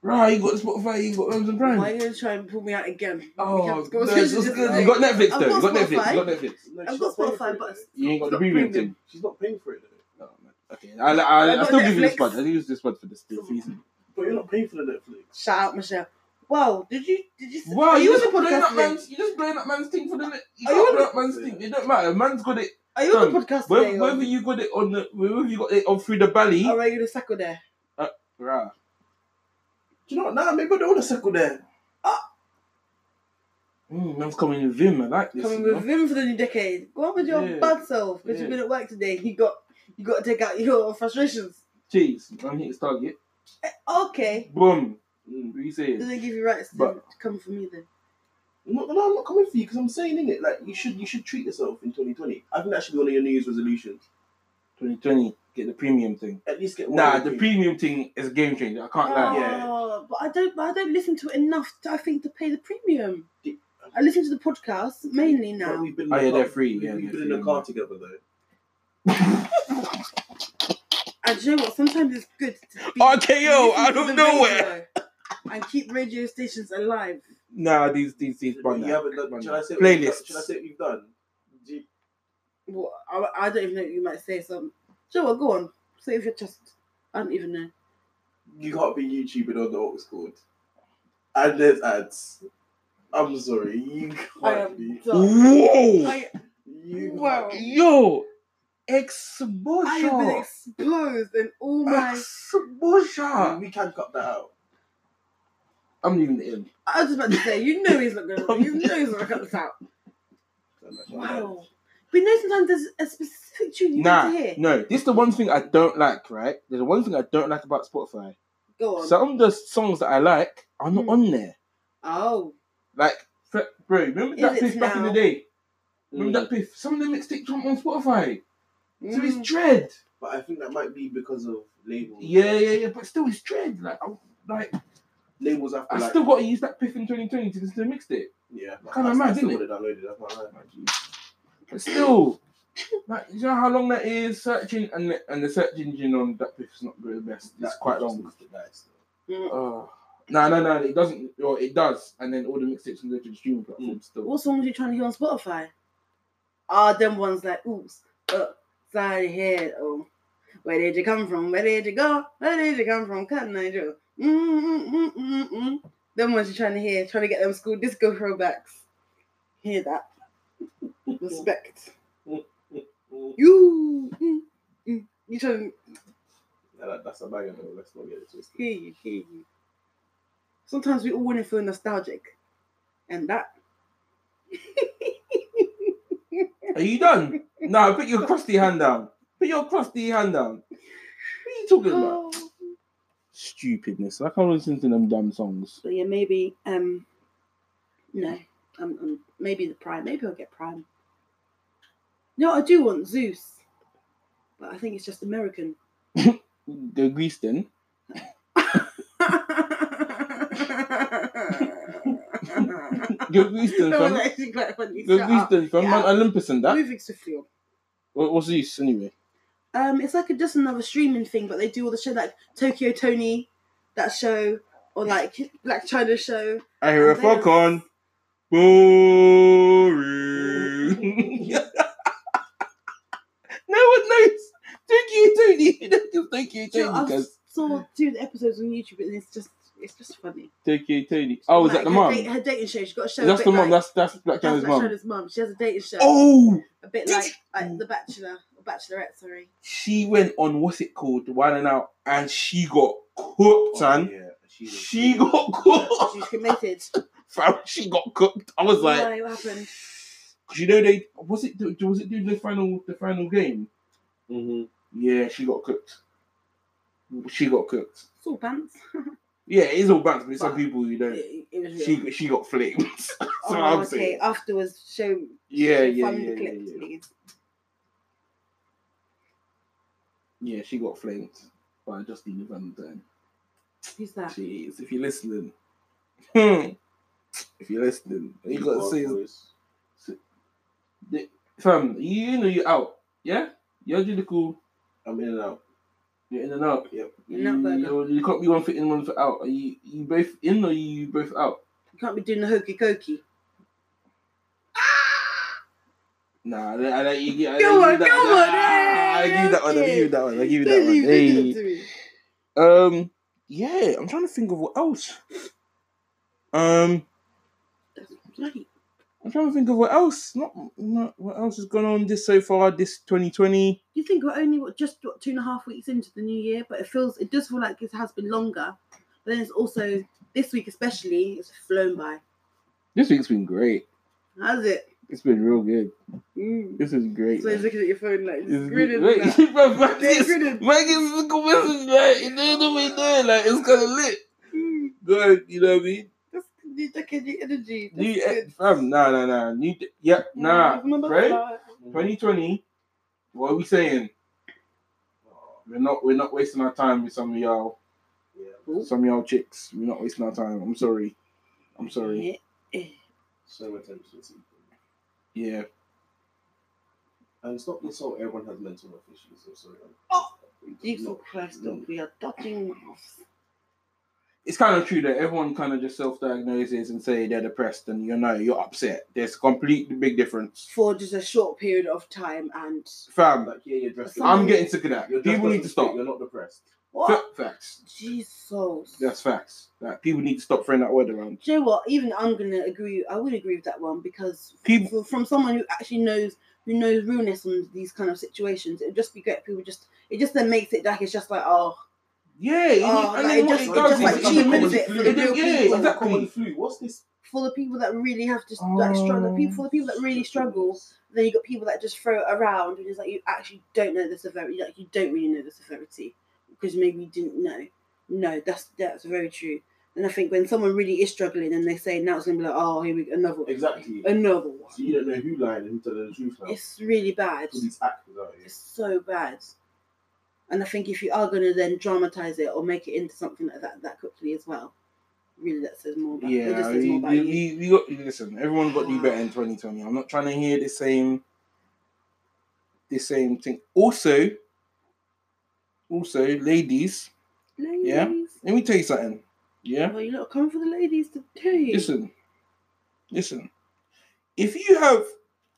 Right, you got Spotify, you got Amazon Prime.
Why are you gonna try and pull me out again? We
Oh,
have to go
no,
to
it's
the-
just good. You got Netflix
I've
though. You got
got
Netflix.
Spotify.
You got Netflix.
No,
I've
she's
got
not paying
Spotify,
for
but
it.
You ain't
She's
got the
not
premium
premium.
thing.
She's not paying for it, though.
Oh, man. Okay, I, I, I,
I've got
still give you this
Netflix.
bud. I use this bud for this still reason.
but you're not paying for the Netflix.
shout out Michelle. Wow, did you did you?
Wow,
are
you
you on
just
the
blowing up
podcast? Today?
man's. You just blowing up man's thing for the. net- You
Are
can't
you
blow up man's thing. It don't matter. Man's got it.
Are you on the podcast today?
Whether,
or-
whether you got it on the, whether you got it on through the belly.
Are you the sack there?
Right.
Do you know what? Nah, maybe I don't want to circle there.
Mm, man's coming with vim. I like this.
Coming
you
with him for the new decade. Go on with your
Yeah.
bad self because
Yeah.
you've been at work today. You got you got to take out your frustrations.
know? Jeez, man hit his target.
Eh, Okay,
Boom. Mm, what you saying?
doesn't give you rights to,
But-
to come for me then.
No, no, I'm not coming for you because I'm saying in it like you should you should treat yourself in 2020. I think that should be one of your New Year's resolutions.
2020. Get the premium thing.
At least get one.
Nah,
of
the premium thing is a game changer. I can't lie.
yeah.
Oh, but I don't but I don't listen to it enough. To, I think to pay the premium.
Di-
I listen to the podcast mainly
But
now.
we've been in
Oh,
the
yeah,
car-
they're free,
We've,
yeah,
we've
they're
been
free,
in the car
man.
together though.
And do you know what? Sometimes it's good. To be,
RKO,
listen
out
to
of
the
nowhere.
radio And keep radio stations alive.
Nah, these these these.
But
Bun
you
that.
haven't done.
Bun
Should I
that.
say?
Playlists.
Should I say what you've done? Do you,
Well, I, I don't even know. You might say something. So what? Go on. Say if you're just. I don't even know.
you can't be YouTubing on the what's called. And there's ads. I'm sorry, you
I
can't
am.
be.
done.
Whoa.
I,
You
Wow.
can't be.
Yo, exposure.
I have been exposed in all my.
exposure.
We can cut that out.
I'm leaving it in.
I was just about to say, you know he's not gonna. You know he's not gonna cut this out. Wow. But you know sometimes there's a specific tune you
Nah,
need to hear.
no. This is the one thing I don't like, right? There's one thing I don't like about Spotify.
Go on.
Some of the songs that I like are not
Hmm.
on there.
oh.
Like, fr- bro, remember
Is
that
it
piff back in the
now?
day?
Mm.
Remember that piff? Some of them mixtapes aren't on Spotify. So
Mm.
it's dread.
But I think that might be because of labels.
Yeah, yeah, yeah. But still, it's dread. Like, I, like,
Labels have to
I
like,
still got to use that piff in 2020 to listen to the mixtape.
Yeah.
Can't
I,
imagine
I still
it.
would have downloaded. That's my life.
But still, like, you know how long that is searching, and the, and the search engine on that is not really the best. It's
That-
quite
just
long.
needs to die still.
Mm.
Oh. No, no, no, it doesn't. Or it does, and then all the mixtapes can go to the streaming platform still.
What songs are you trying to hear on Spotify? Are them ones like oops, upside your head, oh. Where did you come from? Where did you go? Where did you come from? Cut Nigel. Mm-mm-mm-mm-mm. Them ones you're trying to hear, trying to get them school disco throwbacks. Hear that. Respect. You mm, mm. you trying
Yeah, that, that's a banger though. Let's not get it twisted.
hear you, hear you. Sometimes we all want to feel nostalgic. And that
Are you done? no, put your crusty hand down. Put your crusty hand down. What are you talking about?
Oh.
Stupidness. I can't listen to them dumb songs.
So yeah, maybe um, no, um, um maybe the prime. Maybe I'll get prime. No, I do want Zeus, but I think it's just American.
The Grease then.
that
Your Grease then,
was
fam.
actually quite funny.
Your
Shut
Grease
up.
then, fam.
Yeah.
Man, Olympus and that.
Moving swiftly on.
What- What's this anyway?
Um, it's like a, just another streaming thing, but they do all the show like Tokyo Tony, that show, or like Black China show.
I hear a
And then-
fuck on. Boring. no one knows. Thank you, Tony. That's just Thank you,
Do you know,
Tony.
I
guys.
saw two of the episodes on YouTube, and it's just it's just funny.
Thank you, Tony. Oh, is
Like,
that the
her
mum?
date- her dating show. She's got a show.
That's
a bit
the mum.
Like,
That's that's Black
that's
China's
Black
mum.
China's mum. She has a dating show.
Oh,
A bit
did
like,
you-
like The Bachelor, or Bachelorette. Sorry.
she went on what's it called, Wild and Out, and she got cooked, son.
yeah, she, was-
Oh, She got cooked.
She's committed.
Fam, she got cooked. I was like,
Why? What happened?
because you know they was it was it during the final the final game.
Mhm.
Yeah, she got cooked. She got cooked.
It's all pants.
Yeah, it is all banks, but it's some
But-
people who don't.
It, it was real.
She she got flamed. That's
oh,
what I'm
okay.
saying.
Afterwards, show.
Yeah,
show
yeah,
fun
yeah, yeah,
clips,
yeah.
please.
Yeah, she got flamed by Justine Valentine.
Who's that?
Jeez, if you're listening, Hmm. if you're listening, you got to say,
Voice.
fam, you know you're out. Yeah, you're just cool.
I'm in and out.
You're in and out.
Yep.
In and out burger.
You, you can't be one foot in, one foot out. Are you you both in or you both out?
You can't be doing the hokey cokey.
Nah, I don't, I don't, you, I
Go
don't
on,
give you that
go
one.
on,
Ah,
hey,
I give you that one. I give you that one. I give you that one. Hey. Um, yeah, I'm trying to think of what else. Um, I'm trying to think of what else. Not, not what else has gone on this so far. This 2020.
You think we're only what, just what, two and a half weeks into the new year, but it feels it does feel like it has been longer. But then it's also this week especially it's flown by.
This week's been great.
Has it?
It's been real good.
Mm.
This is great.
So he's looking at your phone like
It's
it's grinning.
good.
like,
Wait, bro, man,
They're
this-
grinning.
man, this is cool. This is like, you know what we're doing? Like, it's kind of lit.
Mm.
Good, you know what I mean?
That's new decade, new energy. That's
New, eh,
good.
fam, nah, nah, nah. New, yep, nah.
Remember
right?
that?
2020. What are we saying?
Oh,
We're not, we're not wasting our time with some of y'all.
Yeah.
Some of y'all chicks, we're not wasting our time. I'm sorry. I'm sorry.
So attention seeking.
Yeah.
And it's not just so everyone has mental health issues. I'm sorry.
Oh,
It's
Jesus
not-
Christ,
no.
we are dodging mouths.
It's kind of true that everyone kind of just self-diagnoses and say they're depressed and you know you're upset. There's a complete big difference.
for just a short period of time and
Fam,
Like, yeah, you're dressed.
I'm getting sick of that.
You're dressed
People
as
need
a
to
stick,
stop.
You're not depressed.
what?
Fa- Facts.
Jesus.
That's facts. Like people need to stop throwing that word around.
Do you know what? Even I'm gonna agree. I would agree with that one because
People,
for- from someone who actually knows who knows realness on these kind of situations, it'd just be great. if People just it just then makes it like it's just like oh
yeah, it-
Oh, like,
and then
it
what
just-
it
it
does
just,
is
like,
it becomes
cheapens
a
it for
flu.
the
then-
real
yeah,
people.
It's like common
exactly.
flu. What's this?
for the people that really have to like struggle,
Oh.
people for the people that really struggle. Then you got people that just throw it around and it's like you actually don't know the severity. Like you don't really know the severity because maybe you didn't know. No, that's that's very true. And I think when someone really is struggling and they say now it's gonna be like oh here we go another one,
Exactly.
another one.
So you don't know who lied and who telling the truth now.
It's really bad.
All these actors out here.
It's so bad. And I think if you are going to then dramatize it or make it into something like that that quickly as well, really that says more about it.
Yeah,
just says more
you,
about
you,
you.
you, you got, you- listen, everyone got to do better in 2020. I'm not trying to hear the same, the same thing. Also, also, ladies, Yeah.
Ladies.
let me tell you something. Yeah,
Well, you're not coming for the ladies today.
listen, listen. If you have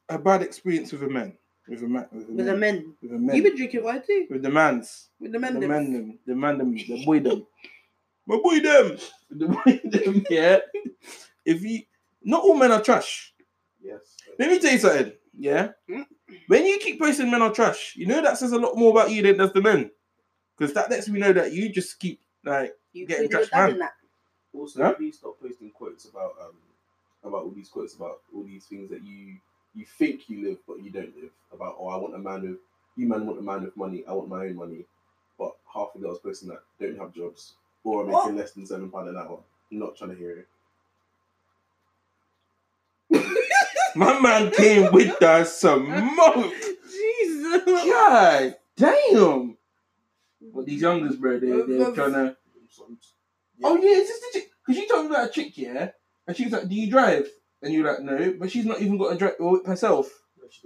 a bad experience with a man, with a man, with a
With
man,
the men.
with a man,
You've been drinking wine too.
with the man's,
With the men.
the
them.
man them, the man them, the boy them, my boy them, the boy them. Yeah, if you, not all men are trash.
Yes.
Let me tell you something. Yeah. When you keep posting men are trash, you know that says a lot more about you than does the men. Because that lets me know that you just keep like
You
Getting
could have
trash
done that.
Also,
Huh?
please stop posting quotes about um about all these quotes about all these things that you you think you live but you don't live. About oh, I want a man with you man want a man with money. I want my own money. But half of the girls posting that don't have jobs or are making
Oh.
less than seven pound an hour. Not trying to hear it.
my man came with that smoke.
Jesus.
God damn. But these youngers, bro, they they're trying to.
So I'm just-
Oh yeah, it's just a chick. Because you told me about a chick, yeah, and she was like, "Do you drive?" And you're like, "No," but she's not even got a drive herself.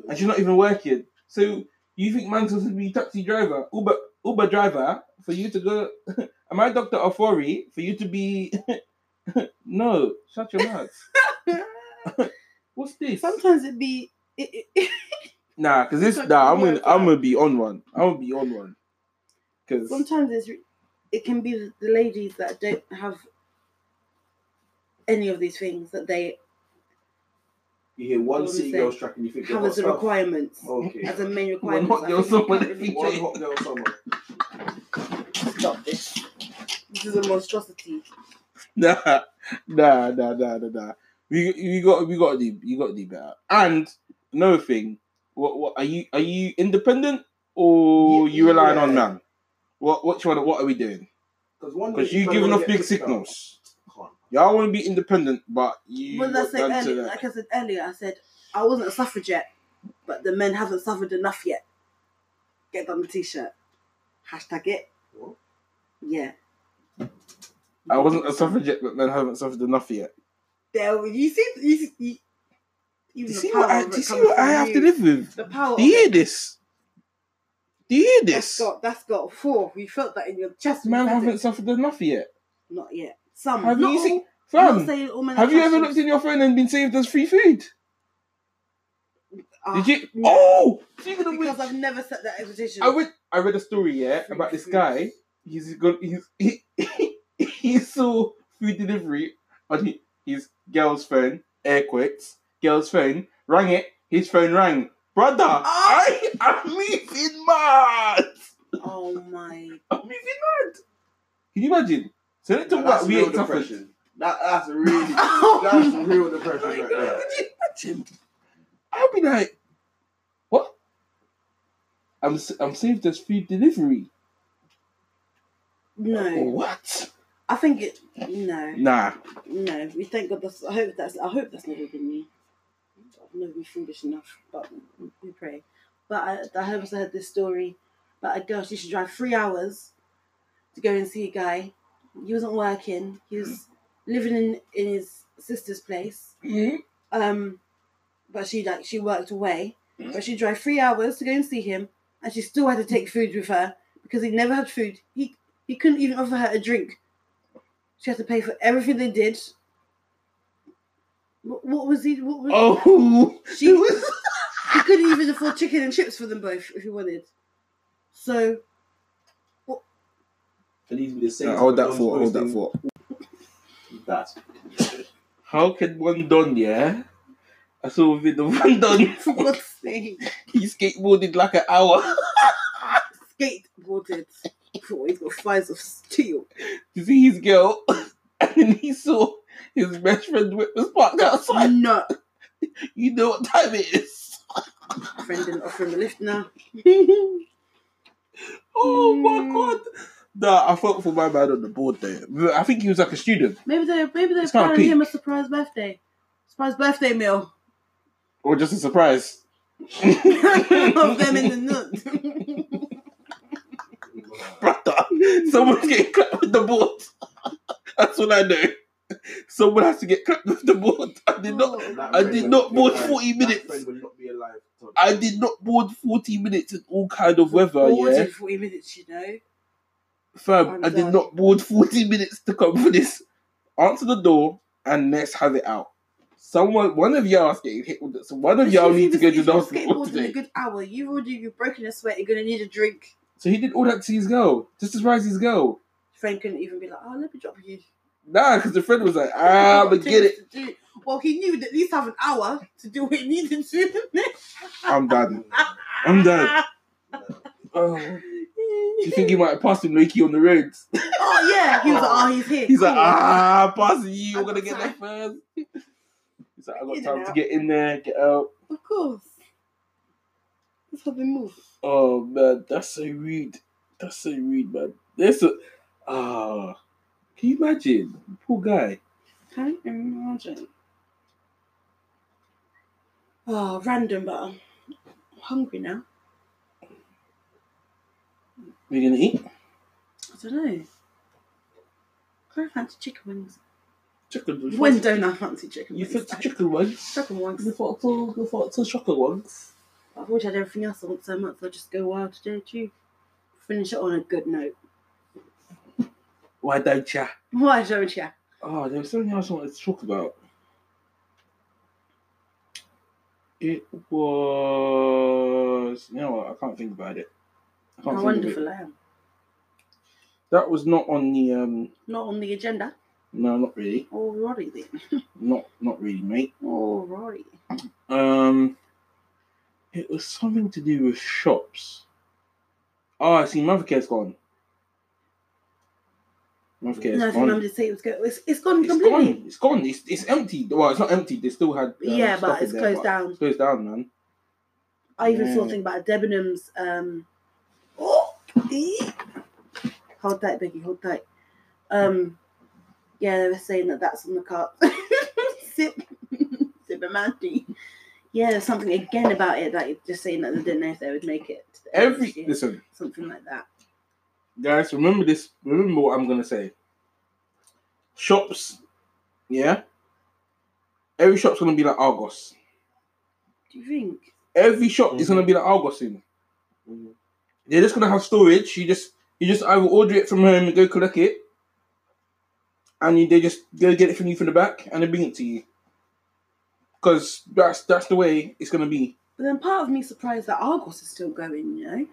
and she's not even working. So you think man's supposed to be taxi driver, Uber Uber driver for you to go? Am I Doctor Ofori for you to be? no, shut your mouth. What's this?
Sometimes it'd be. It, it,
Nah, because this. Nah, I'm gonna I'm gonna be on one. I'm gonna be on one. Because
sometimes it's, re- it can be the ladies that don't have any of these things that they
You hear one
What was
city
he
girl track and you think they're
have
hot
as a
stuff.
requirement,
Okay.
as a main
we're
requirement.
not
I
your
think you
someone
can't really
One
feature.
hot girl summer.
Stop this. This is a monstrosity.
Nah, nah, nah, nah, nah, nah. We you got we got to do you got to do better. And another thing, what what are you are you independent or
Ye-
you relying on
yeah.
man? What which one? What are we doing?
Because one
Because
day
you
man
giving
wanna
off big
get kicked out.
signals.
Can't.
Y'all want to be independent, but you
Well, that's
got
like
done to
earlier,
that.
like I said earlier, I said I wasn't a suffragette, but the men haven't suffered enough yet. Get on the t-shirt. Hashtag it.
What?
Yeah.
I wasn't a suffragette, but men haven't suffered enough yet.
There, you see, you see, you,
Do
even
you
the
see
power
what I,
of
do
it
you see
comes
what I
from
have
you.
to live with?
The power.
Do
of
you
it.
hear this? Do you hear
That's
this?
got that's got four. You felt that in your chest.
This man
You said
haven't
it.
suffered enough yet.
Not yet. Some.
Have
not
you
all.
seen,
I'm not
fam?
saying all men are
Have you ever
trashy.
looked in your phone and been saved as free food?
Ah,
Did you?
Ah,
no.
Oh, speaking of
Ah, Because
which,
I've never set that expectation.
I read I read a story yeah
Free
about this
food.
guy. He's got he's he, he saw food delivery on hi- his girl's phone. Air quotes. Girl's phone rang it. His phone rang. Brother,
Ah!
I am leaving mad.
Oh my.
I'm leaving mad. Can you imagine? So let's talk
Now, that's
about we
real
ain't suffered.
depression. That, that's really
Oh,
that's real depression
Like,
right
Could
there.
you imagine? I'd be like, what? I'm s- I'm saved as food delivery.
no,
What?
I think it. No,
Nah.
no. We thank God. That's, I hope that's. I hope that's never been me. I've never been foolish enough, but we pray. But I, I hope I heard this story about a girl. She should drive three hours to go and see a guy. He wasn't working. He was living in in his sister's place.
Mm.
Um, but she like she worked away, but she drove three hours to go and see him, and she still had to take food with her because he never had food. He he couldn't even offer her a drink. She had to pay for everything they did. What, what was he? What was
Oh,
she was. he couldn't even afford chicken and chips for them both if he wanted. So
And these were the same.
hold that
ones
thought. Hold that
posting-
thought.
That's
How can one don? Yeah, I saw with the one don.
for God's sake,
he skateboarded like an hour.
skateboarded. Oh, he's got thighs of steel.
to see his girl, and then he saw his best friend whip was parked outside.
No,
You know what time it is?
friend didn't offer him a lift now.
Oh
Mm.
my god! Nah, I felt for my man on the board though. I think he was like a student
Maybe they maybe they're
It's kinda
planning
peak.
him a surprise birthday. Surprise birthday meal
or just a surprise.
of them in the nook.
brother. Someone's getting clapped with the board. That's all I know. Someone has to get clapped with the board. I did not. I did not board 40 minutes.
That friend would not be alive.
I did not board forty minutes in all kind of weather.
Or was
yeah,
it forty minutes, you know?
fam.
I'm
I did
done.
not board forty minutes to come for this. Answer the door and let's have it out. Someone, one of y'all is getting hit with this. One of y'all
If
need to
you-
go
if
to the
you're
hospital
skateboarding
today.
a good hour. You've already you've broken a sweat. You're gonna need a drink.
So he did all that to his girl, just to surprise his girl.
Friend couldn't even be like, "Oh, let me drop you."
Nah, because the friend was like, ah,
You've got
but
two
get it.
minutes to do- Well, he knew would at least have an hour to do what he needed to.
I'm done. I'm done. Oh. Do you think he might have passed him Loki on the roads?
oh yeah, he was like, "Oh, he's here."
He's like,
Cool.
ah, pass you.
I
We're gonna
got
get there first. He's like, I
In
got time
and
to
out.
get in there, get out.
Of course. That's how they move.
Oh man, that's so rude. That's so rude, man. There's a ah. Can you imagine, poor guy?
Can you imagine? Oh, random, but I'm hungry now.
We're gonna eat
I don't know. Kind of fancy chicken wings.
chicken. wings.
When don't I fancy chicken
you
wings?
said
Like,
chicken wings?
chicken wings.
You thought so? You thought so? Chicken wings?
I've always had everything else I want so much. I just go wild today too. Finish it on a good note.
Why don't ya?
Why don't you?
Oh, there was something else I wanted to talk about. It was. You know what? I can't think about it. I can't
How
think of it.
wonderful I am.
That was not on the um.
Not on the agenda.
No, not really.
Alrighty then.
Not not really, mate.
Alrighty.
Um, it was something to do with shops. Oh, I see. Mothercare's gone. Mothercare's
no, I
gone.
remember to say it was go. It's, it's gone
It's
completely.
gone. It's gone. It's it's empty. Well, it's not empty. They still had. uh,
Yeah,
stuff
but
in
it's
there,
closed
but
down.
It's closed down, man.
I even saw a
Mm.
thing about Debenhams. Um, oh, eh. hold tight, Biggie, hold tight. Um, yeah, they were saying that that's on the cart. Sip, sip a Mandy. Yeah, there's something again about it, like just saying that they didn't know if they would make it. to the end of
Every
this year,
listen,
something like that.
guys. Remember this. Remember what I'm gonna say. Shops, yeah. Every shop's gonna be like Argos.
Do you think?
Every shop is
Mhm.
gonna be like Argos in. They're just gonna have storage. You just you just either order it from home and go collect it, and you, they just go get it from you from the back and they bring it to you. Because that's that's the way it's gonna be.
But then part of me surprised that Argos is still going, you know?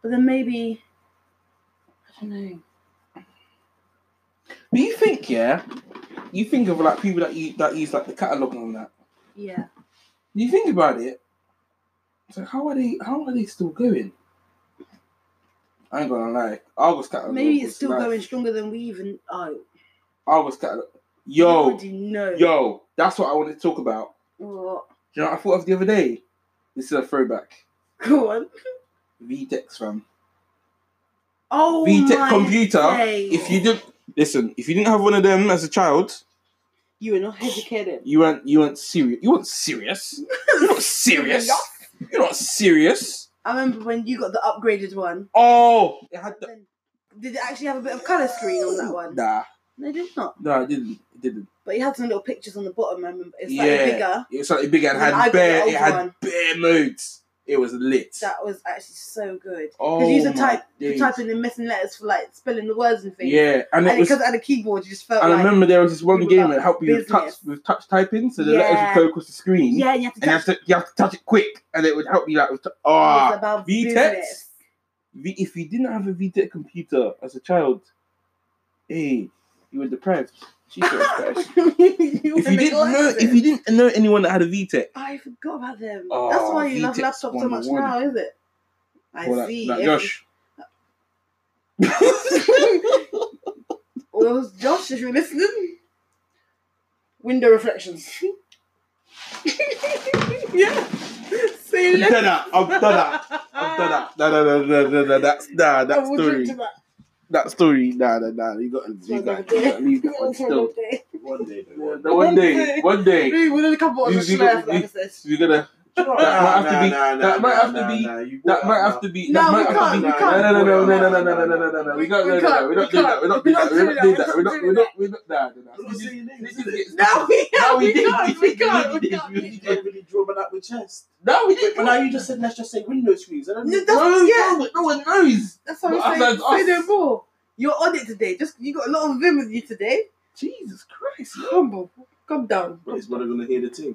But then maybe, I don't know.
Do you think yeah? You think of like people that you that use like the catalog and all that.
Yeah.
You think about it. So how are they? How are they still going? I ain't gonna lie. Argos catalog.
Maybe
was
it's still
like-
going stronger than we even. Oh,
Argos catalog.
you
Yo,
already know.
yo, that's what I wanted to talk about.
What?
Do you know what I thought of the other day? This is a throwback.
Go on.
VTEX fam.
Oh,
VTech
my
computer,
days.
If you didn't listen, if you didn't have one of them as a child,
you were not educated.
you weren't you weren't serious. You weren't serious. You're not serious. You're not serious.
I remember when you got the upgraded one.
Oh, it had the,
Did it actually have a bit of color screen on that one?
nah,
No, it did not.
nah, it didn't. It didn't.
But it had some little pictures on the bottom. I remember it's
Yeah.
like bigger.
It was slightly bigger and
Then I got
had
the
bare.
old
It had
one.
bare modes. It was lit.
That was actually so good.
oh,
Because you used to
my
type, you
days.
type in the missing letters for like spelling the words and things.
Yeah, and it
And
was.
because
And
I had a keyboard, you just felt
I
like
remember there was this
you
one
were
game
about
that helped you with touch
business.
with touch typing, so the
Yeah.
letters would go across the screen,
yeah, and you have to
and you
touch.
have to you have to touch it quick, and it would help you like with t- ah.
Oh, it's about
VTech?
business.
V- if you didn't have a VTech computer as a child, hey, you were deprived. Jesus Christ.
you
if you didn't know, if you didn't know anyone that had a E VTech,
I forgot about them.
Oh,
That's why you love
VTech
laptops so much
101.
now, is it? I
well, like-
see.
like
Every-
Josh.
Well, Josh, if you're listening, window reflections. yeah. See,
I've
look.
done that. I've done that. I've done that. Nah, nah, nah, nah, nah, nah, that's- nah,
I
that
will drink
story.
to that.
That story. Nah, nah, nah. You got
for
you
another
got you got to leave that one still.
day.
One day, though.
Yeah,
One day.
that One day, one day,
Maybe within a couple of
You-
months,
you
I'll
got-
laugh
you-
at this.
we're gonna.
That
might have to be- that might have to be- That might have
No, we
to be. that might have to
can't,
be-
we can't.
No, no, no, no, no, no, no, no, no, no, no. We
We-
can't.
we
No, no, no.
can't,
We're not
we
doing that. We're not doing that. We're not doing that. We're not. We're not. We're not. Nah, nah,
I'm
nah.
not saying names, is it?
No, we,
No, we
we,
did.
can't.
We
We can't.
did.
We
We
can't.
You
We
can't really draw that with chest.
No, we
But
didn't.
but now you just said let's just say window screens. I don't
No,
know.
that's- yeah.
no, no one knows.
That's what
But
I'm saying.
that's us.
Say no more. You're on it today. Just you got a lot of vim with you today.
Jesus Christ.
Humble. Calm down.
But it's not going to hear the thing.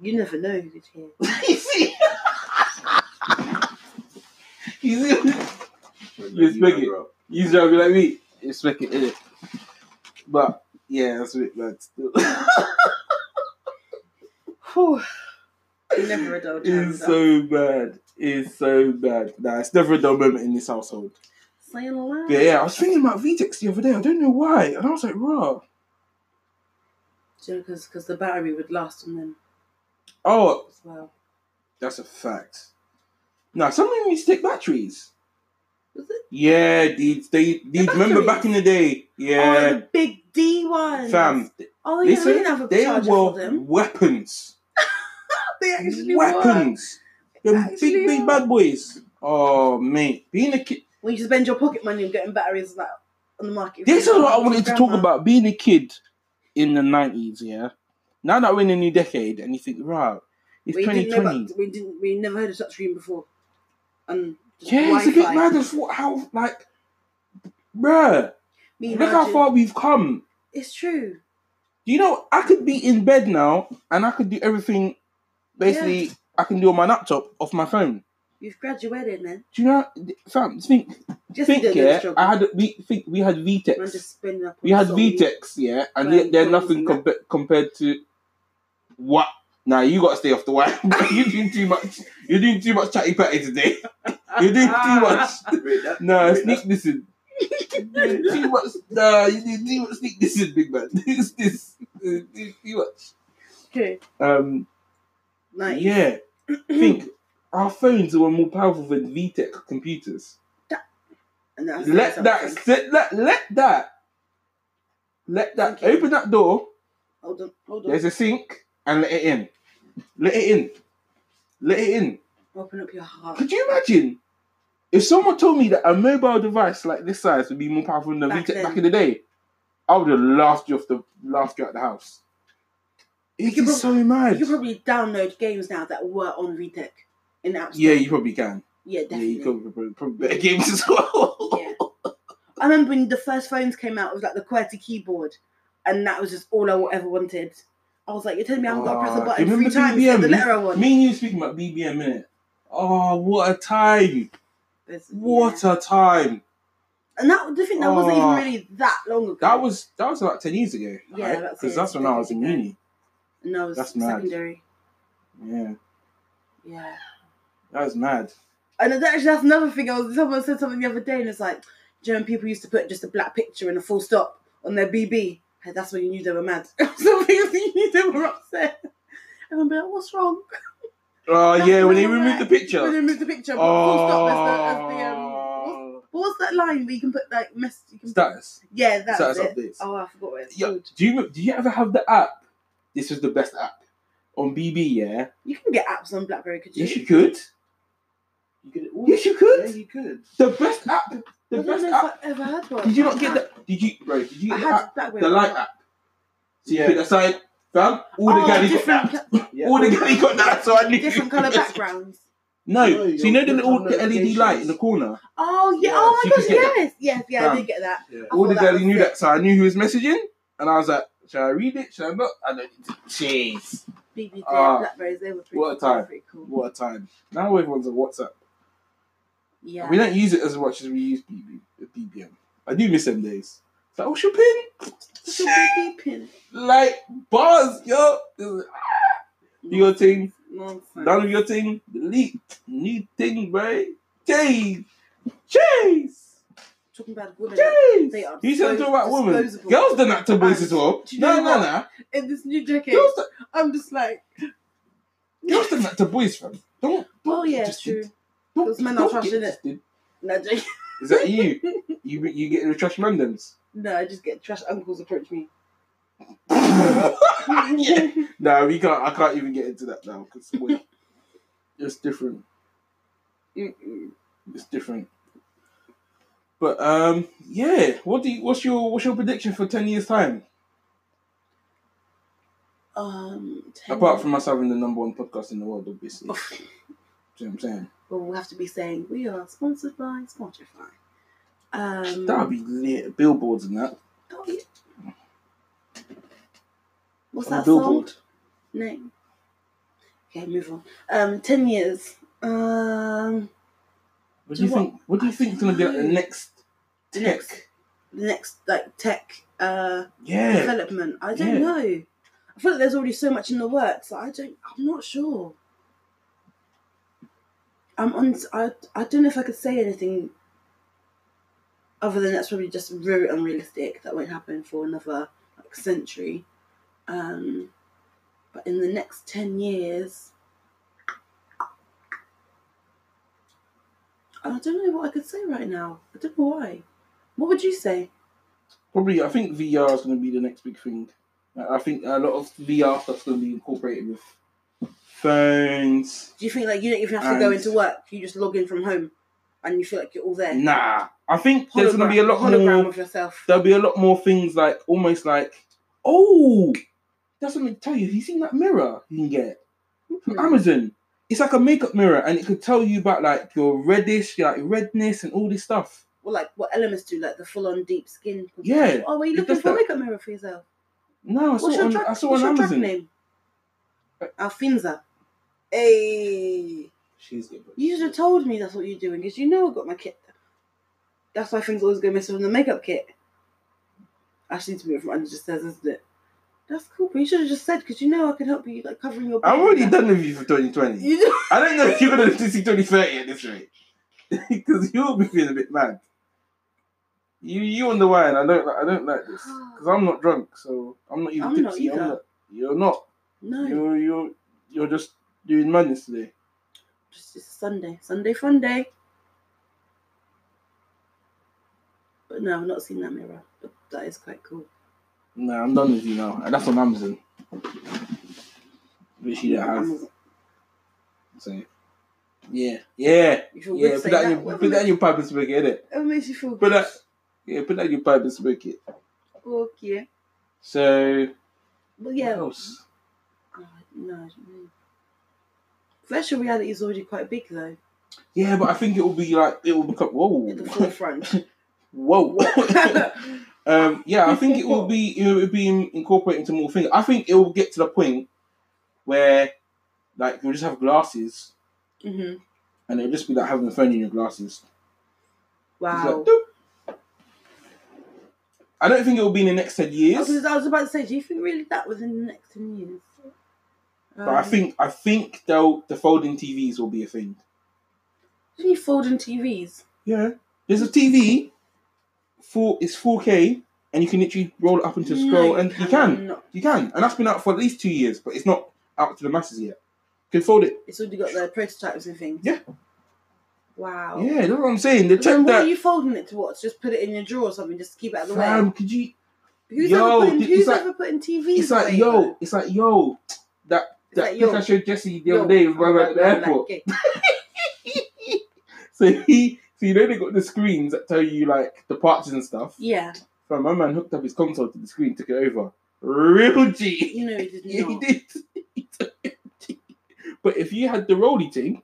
You never know who's here.
You see. You see. Let's make it. You used to be like me. It's like it, innit? But yeah, that's it, man. Still,
Whew. You never a dull time.
it's so bad. It's so bad. Nah, it's never a dull moment in this household.
Saying a lot.
But yeah, I was thinking about VTEX the other day. I don't know why, and I was like, raw.
Because because the battery would last on them
Oh,
as well.
that's a fact. Now, some of them used to take batteries.
Was it?
Yeah, these they these remember
batteries?
back in the day.
Oh,
Yeah,
the big D ones.
fam,
Oh yeah, we
listen,
didn't have a
they
charger for
were
them.
weapons.
They actually were.
weapons. Them
Actually
big, big
were.
bad boys. Oh, mate. Being a kid.
When you spend your pocket money on getting batteries like on the market.
This is what I wanted to talk
Grandma.
about. Being a kid in the 90s, yeah? Now that we're in a new decade and you think, right, it's
we didn't know
2020.
about, we didn't we never heard of such dream before. And just
Yeah, it's a bit
Wi-Fi.
mad as what, how, like, bruh,
Me
look how
imagine-
far we've come.
It's true.
You know, I could be in bed now and I could do everything, basically, I can do on my laptop off my phone.
You've graduated, man.
Do you know, fam, think,
Just
think,
don't
yeah,
struggle.
I had, we, think we had VTEX.
I'm just spinning up.
We
on
had
something.
VTEX, yeah, and
Well,
yet they're
well,
nothing
isn't
compa- compared to what. Now you gotta stay off the wire. you're doing too much. You're doing too much chatty patty today. You're doing too much. No,
Wait,
sneak this in. You're doing too much. Nah, you did too much. Sneak this in, big man. This, this, You're doing too much.
Okay.
Um,
Like,
yeah. Think our phones were more powerful than VTech computers.
and that's-
Let that
that's-
sit. Let let that. Let that
Okay.
open that door.
Hold on. Hold on.
There's a sink and let it in. Let it in. Let it in.
Open up your heart.
Could you imagine if someone told me that a mobile device like this size would be more powerful than a
Back
VTech
then.
back in the day? I would have laughed you off the laughed you out the house. It
could
is so mad.
You can probably download games now that were on VTech in App Store.
yeah, you probably can.
Yeah,
Yeah,
definitely.
you could probably, probably better games as well.
Yeah. I remember when the first phones came out, it was like the QWERTY keyboard, and that was just all I ever wanted. I was like, you're telling me I haven't got to press a
Ah,
button
do
three
you remember
times to
BBM?
get the letter I want.
Me and you speaking about BBM minute. Oh, what a time!
There's-
What
yeah.
a time!
And that the thing that wasn't even
Ah.
really that long ago.
That was that was about ten years ago.
Yeah,
right?
that's
because
it,
that's when I was in uni.
definitely. and that was
that's mad.
secondary.
Yeah,
Yeah.
that was mad.
And that's actually that's another thing. I was someone said something the other day, and it's like, German people used to put just a black picture and a full stop on their BB. Hey, that's when you knew they were mad. Something else you knew they were upset. And I'm like, what's wrong?
Oh
That's
yeah, when they
all
removed
right.
the picture.
When they removed the picture, but full stop as the, as the um, what's,
Oh,
what was that line where you can put like mess? You can
status.
yeah, that's
Status
it.
updates.
Oh, I forgot what it's
Yeah.
called.
Do you do you ever have the app? This was the best app on BB. Yeah,
You can get apps on BlackBerry, could you?
yes you could.
You could.
Yes, you could.
Yeah, you could.
The best app.
I
The
don't
best
know if
app.
I ever had one.
Did you not get the? Did you, bro? Did you
I
get the
had
app?
BlackBerry.
The light app. So you
Yeah.
pick that side, fam. All the
Oh,
galley got
different,
that.
Yeah.
All the galley got that. So I knew.
different color backgrounds.
No,
No,
so you know the
you're-
little the
you're on
LED light in the
notifications.
corner.
Oh yeah.
Yeah,
oh
so
my
you could
gosh.
get
Yes.
that.
Yes. Yeah. I
Fam.
did get that.
Yeah.
I
All
thought
the
that
galley
was
knew
it.
that, so I knew who was messaging, and I was like, "Should I read it? Should I not?" I don't. Jeez,
BBD
Ah,
Blackberries. They were pretty,
what a
they were
time.
pretty cool.
what a time! Now everyone's on WhatsApp.
Yeah.
We don't use it as much as we use BB, BBM. I do miss them days. It's like, what's your pin?
So we beeping.
Like bars, yo. Do your thing.
Nonsense.
None of your thing, delete. New thing, right? Jeez. Jeez.
Talking about women. They
Jeez.
are
You said
dispos-
talk about women.
disposable.
Girls done that to boys as well.
Do you
No,
know
no,
what?
no.
In this new decade,
Girls done-
I'm just like,
girls done that to boys, fam. Don't. don't
oh yeah,
just-
true.
Don't,
Those men are
don't
trash,
get
innit?
interested.
No, joking.
Is that you? you you getting the trash mandems?
No, I just get trash uncles approach me. Um,
yeah. No, we can't. I can't even get into that now because it's different.
Mm-mm.
It's different. But um, yeah. What do you, what's your what's your prediction for ten years time?
Um, ten Oh.
Apart from us having the number one podcast in the world, obviously. Do you know what I'm saying?
well, we'll have to be saying we are sponsored by Spotify. Um,
That'd be lit. Billboards and that.
that'll be- What's
On a
that
billboard.
song? No. Okay, move on. Um, ten years. Um,
What do you
Do what?
think? What do you
I
think's gonna be like the
don't know.
next
The
tech?
next- the next like tech uh
Yeah.
development. I don't
Yeah.
know. I feel like there's already so much in the works. that I don't. I'm not sure. I'm on. I, I don't know if I could say anything. Other than that's probably just very unrealistic. That won't happen for another like century. Um, but in the next ten years, I don't know what I could say right now. I don't know why. What would you say?
Probably. I think VR is gonna be the next big thing. I I think a lot of VR stuff's gonna be incorporated with phones.
Do you think like you don't even have to go
And-
into work? You just log in from home, and you feel like you're all there.
Nah, I think there's gonna
Hologram-
be a lot
hologram
more.
of yourself.
There'll be a lot more things like almost like, oh, that's what I meant to tell you. Have you seen that mirror you can get from Amazon? It's like a makeup mirror, and it could tell you about like your reddish, like redness, and all this stuff.
Well, like what elements do, like the full-on deep skin.
Yeah.
Oh, are you
It
looking
does
for a
that.
makeup mirror for yourself?
No, I saw
What's
it
your
on,
track?
I saw
what's
it on
your track
Amazon.
name? Alfinza. Hey,
She's good. but-
you should have told me that's what you're doing, because you know I got my kit. That's why things always go missing from the makeup kit. Actually, to move from under just says, isn't it? That's cool, but you should have just said, because you know I can help you, like covering your.
I'm
body.
already done with you for 2020.
You know-
I don't know if you're gonna live to see 2030 at this rate, because you'll be feeling a bit mad. You you on the wine? I don't like- I don't like this because I'm not drunk, so I'm not even
I'm not
tipsy. I'm
either.
not, you're not.
No.
You're you're you're just doing madness today.
just it's Sunday, Sunday fun day. But no, I've not seen that mirror. But that is quite cool.
Nah, I'm done with you now. And That's on Amazon. Which you don't have.
Amazon.
So yeah, yeah,
You feel
yeah.
good
Put
saying
that, in
that.
your,
Whatever
put that in
makes-
your pipe and smoke it. Innit?
whatever makes you feel good.
Put that yeah. Put that in your pipe and smoke it.
Okay.
So
But
yeah.
yeah,
what else?
oh, no. I don't know. Virtual reality is already quite big though.
Yeah, but I think it will be like it will become whoa,
at the forefront.
whoa. um, yeah, I think it will be it will be in- incorporated into more things. I think it will get to the point where like you'll just have glasses
hmm
and it'll just be like having a phone in your glasses. It's like,
Wow. Oh,
doop. I don't think it will be in the next ten years,
Because I was about to say, do you think really that within the next ten years?
but I
Um,
think I think they'll the folding TVs will be a thing.
Don't you folding TVs?
Yeah, there's a TV. Four it's four K, and you can literally roll it up into a scroll,
No,
and you can,
cannot.
you can, and that's been out for at least two years, but it's not out to the masses yet. You can fold it.
It's already got their prototypes and things.
Yeah.
Wow.
Yeah, that's what I'm saying. They
But Oh. then
checked
what are
that.
you folding it to what? Just put it in your drawer or something, just to keep it out of the way.
Fam, could you?
Who's
yo,
ever putting
it's
who's
like-
ever putting TVs?
It's like
away,
yo,
though?
it's like yo. That
It's
that
like,
pic
yo,
I showed Jesse the
yo,
other day
I'm
when we were at the
like, like,
airport.
okay.
So he, so you know they got the screens that tell you like the parts and stuff.
Yeah.
So my man hooked up his console to the screen, took it over. Real G.
You know he did
Yeah,
not.
he did. He took it. but if you had the roly thing,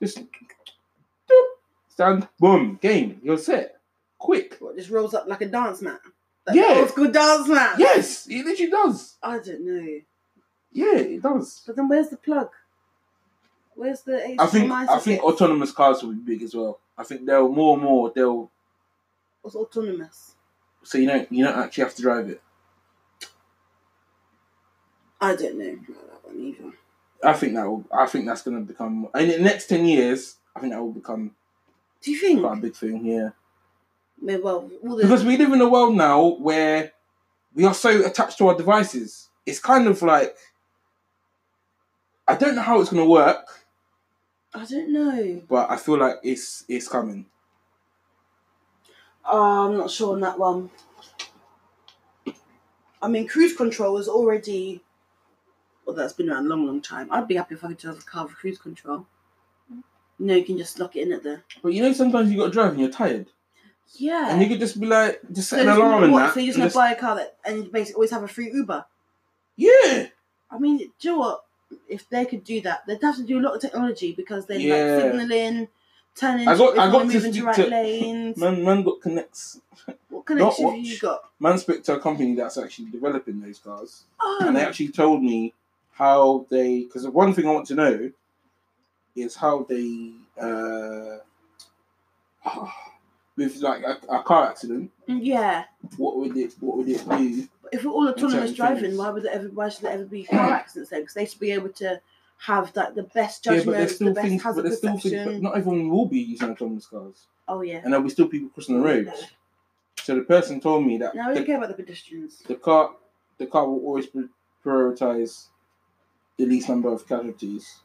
just doop, stand, boom, game, you're set, quick.
What just rolls up like a dance mat? Like
Yeah.
Old school dance mat.
Yes, it literally does.
I don't know.
Yeah, it does.
But then where's the plug? Where's the HDMI
I think I think
socket?
autonomous cars will be big as well. I think they'll more and more they'll
It's autonomous.
so you don't you don't actually have to drive it.
I don't know about that one either.
I think that will I think that's gonna become in the next ten years. I think that will become
Do you think?
quite a big thing. Yeah.
Well, well, all the,
because we live in a world now where we are so attached to our devices. It's kind of like I don't know how it's going to work,
I don't know.
but I feel like it's it's coming.
Oh, I'm not sure on that one. I mean, cruise control is already. Well, that's been around a long, long time. I'd be happy if I could just have a car with cruise control. You know, you can just lock it in at the.
But you know, sometimes you got to drive and you're tired,
Yeah.
and you could just be like, just
So
set an
just-
alarm and
what,
that.
So you just
and
gonna
just-
buy a car that, and you basically always have a free Uber.
yeah,
I mean, do you know what? If they could do that, they'd have to do a lot of technology because they're
Yeah.
like signaling, turning.
I got-
if
I
you
got
wanna
to
move into
speak
right
to-
lanes.
man, man got connects.
what connection have
watch.
you got?
Man spoke to a company that's actually developing those cars. and they
Oh,
actually told me how they because one thing I want to know is how they uh with like a, a car accident
Oh, yeah.
what would it what would it do
if we're all autonomous
Exactly.
driving, why would there ever why should there ever be car accidents then? Because they should be able to have like the best judgment, the best
but
hazard
there's still things but
perception.
not everyone will be using autonomous cars
Oh yeah.
and there'll be still people crossing the roads so the person told me that
No, I don't
the,
care about the pedestrians.
the car the car will always pri- prioritize the least number of casualties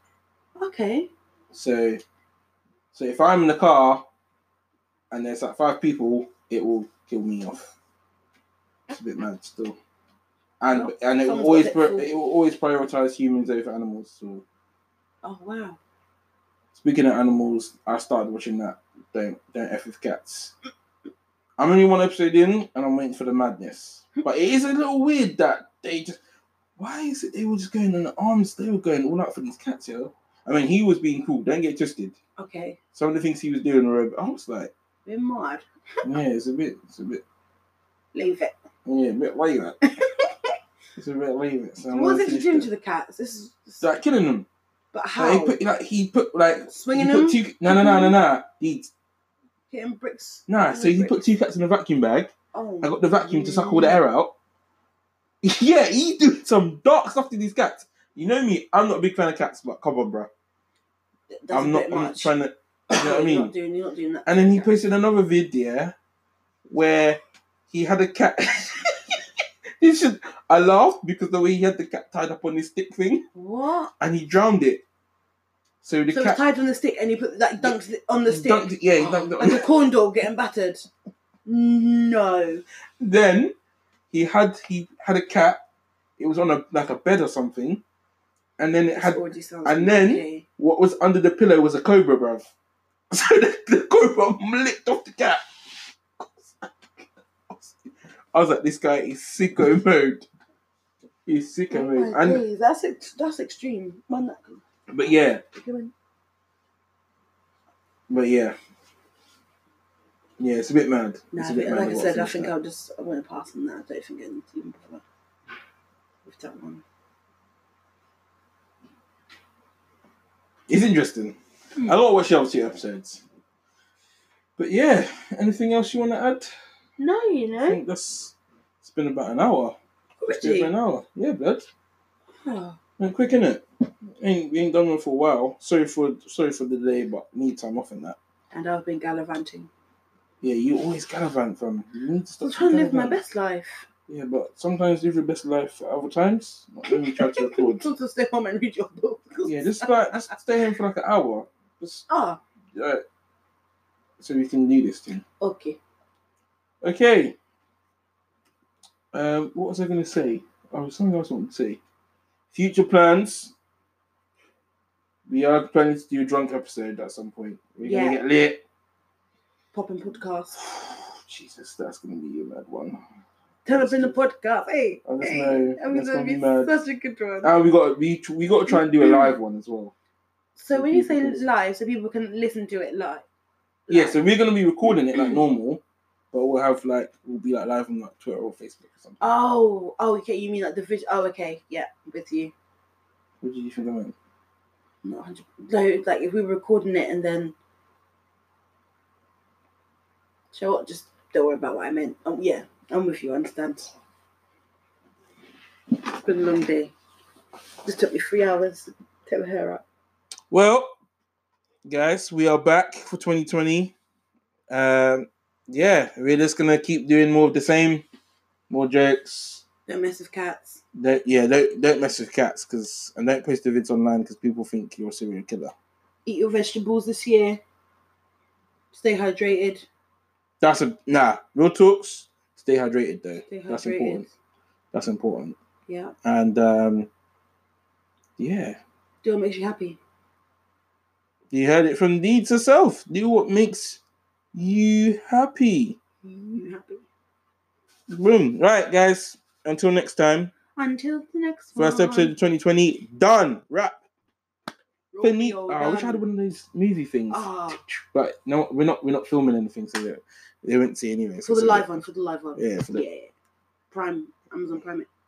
Okay.
So, so if I'm in the car and there's like five people, it will kill me off. It's a bit mad still, and
Well,
and it will
someone's
always
got it
pri-
full.
it will always prioritize humans over animals. So,
Oh wow.
speaking of animals, I started watching that. Don't don't f with cats. I'm only one episode in, and I'm waiting for the madness. But it is a little weird that they just. Why is it they were just going on the arms? They were going all out for these cats, yo. I mean, he was being cool. Don't get twisted
Okay.
some of the things he was doing were I was like,
We're mad.
yeah, it's a bit, it's a bit,
Leave it.
yeah, a bit wayward. it's a bit wayward. So I'm
what
gonna
did you
finish
do
that.
to the cats? This is
It's like killing them.
but
Like, he
how?
put like he put like
Swinging
he
them,
put two no no no no no he
hitting bricks.
nah so he
Bricks.
put two cats in a vacuum bag.
Oh.
I got the vacuum to suck all the air out. yeah, he doing some dark stuff to these cats. You know me, I'm not a big fan of cats, but come on, bro,
That's a
I'm not.
bit
I'm not
much.
trying to. You know what I
You're
mean?
not doing, you're not doing that.
And then he posted another video where he had a cat. this should I laughed because the way he had the cat tied up on his stick thing
What?
and he drowned it. So the
so
cat
it's tied on the stick, and he put like dunks it on the stick.
dunked it- Yeah, he dunked it
Oh, and the
on.
corn dog getting battered. No.
then he had he had a cat. It was on a like a bed or something, and then it
This
had
already sounds
and then-
okay.
what was under the pillow was a cobra, bruv. So the, the cobra licked off the cat. I was like, this guy is sicko mode. He's sicko
Oh
mode.
my
And,
days, that's ex- that's extreme. Man, that
but yeah,
going
But yeah. Yeah, it's a bit mad.
No,
it's a
I
bit
think- like I
what's
said,
in
I
this
think
app.
I'll just I want to pass on that. I don't think I need to even bother with that one.
It's interesting. I don't watch the other two episodes. But yeah, anything else you want to add?
No, you
I
know.
think that's it's been about an hour. It's been
Really?
An hour. Yeah, blood.
Oh,
Went quick, innit? Ain't we ain't done one for a while. Sorry for sorry for the delay, but need time off in that.
and I've been gallivanting.
Yeah, you always gallivant from. You need to
I'm
stop
trying to live my
gallivanting.
best life.
Yeah, but sometimes live your best life at other times. Not when you try to record.
to stay home and read your book.
yeah, just like just stay home for like an hour. Just
Ah,
uh, so we can do this thing.
okay.
Okay. Um, what was I going to say? Oh, there's something else I wanted to say. Future plans. We are planning to do a drunk episode at some point. We're
Yeah.
gonna get lit.
Popping podcast.
Jesus, that's gonna be a mad one.
Turn up in the podcast. Hey,
I just
hey,
know.
I'm
That's
gonna
gonna be
be
mad.
such a good one.
And we got we we got to try and do a live one as well.
so when you say
people-
live, so people can listen to it live.
Yeah,
Live.
so we're gonna be recording it
Mm.
like normal, but we'll have like we'll be like live on like Twitter or Facebook or something.
Oh, oh, okay. You mean like the visual? Oh, okay. Yeah, with you.
What do you think I meant?
Not 100. No, like if we were recording it and then. So what? Just don't worry about what I meant. Oh, yeah, I'm with you. I understand. It's been a long day. Just took me three hours to tear my hair up.
Well, guys, we are back for 2020. Um, yeah, we're just gonna keep doing more of the same, more jokes.
Don't mess with cats.
Don't, yeah, don't don't mess with cats, cause and don't post the vids online, cause people think you're a serial killer.
Eat your vegetables this year. Stay hydrated.
That's a nah. Real talks. Stay hydrated though.
Stay hydrated.
That's important. That's important.
Yeah.
And um, yeah,
Do what makes you happy.
you heard it from Deeds herself. Do what makes you happy.
You happy.
Boom. Right, guys. Until next time.
Until the next one.
First episode of 2020, done. Wrap. Fini-
Romeo,
Oh, I wish I had
done.
one of those movie things.
Ah,
But no, we're not we're not filming anything, so they, they won't see anything.
for the live one, for the live one.
Yeah, for the-
yeah. Prime, Amazon Prime. it.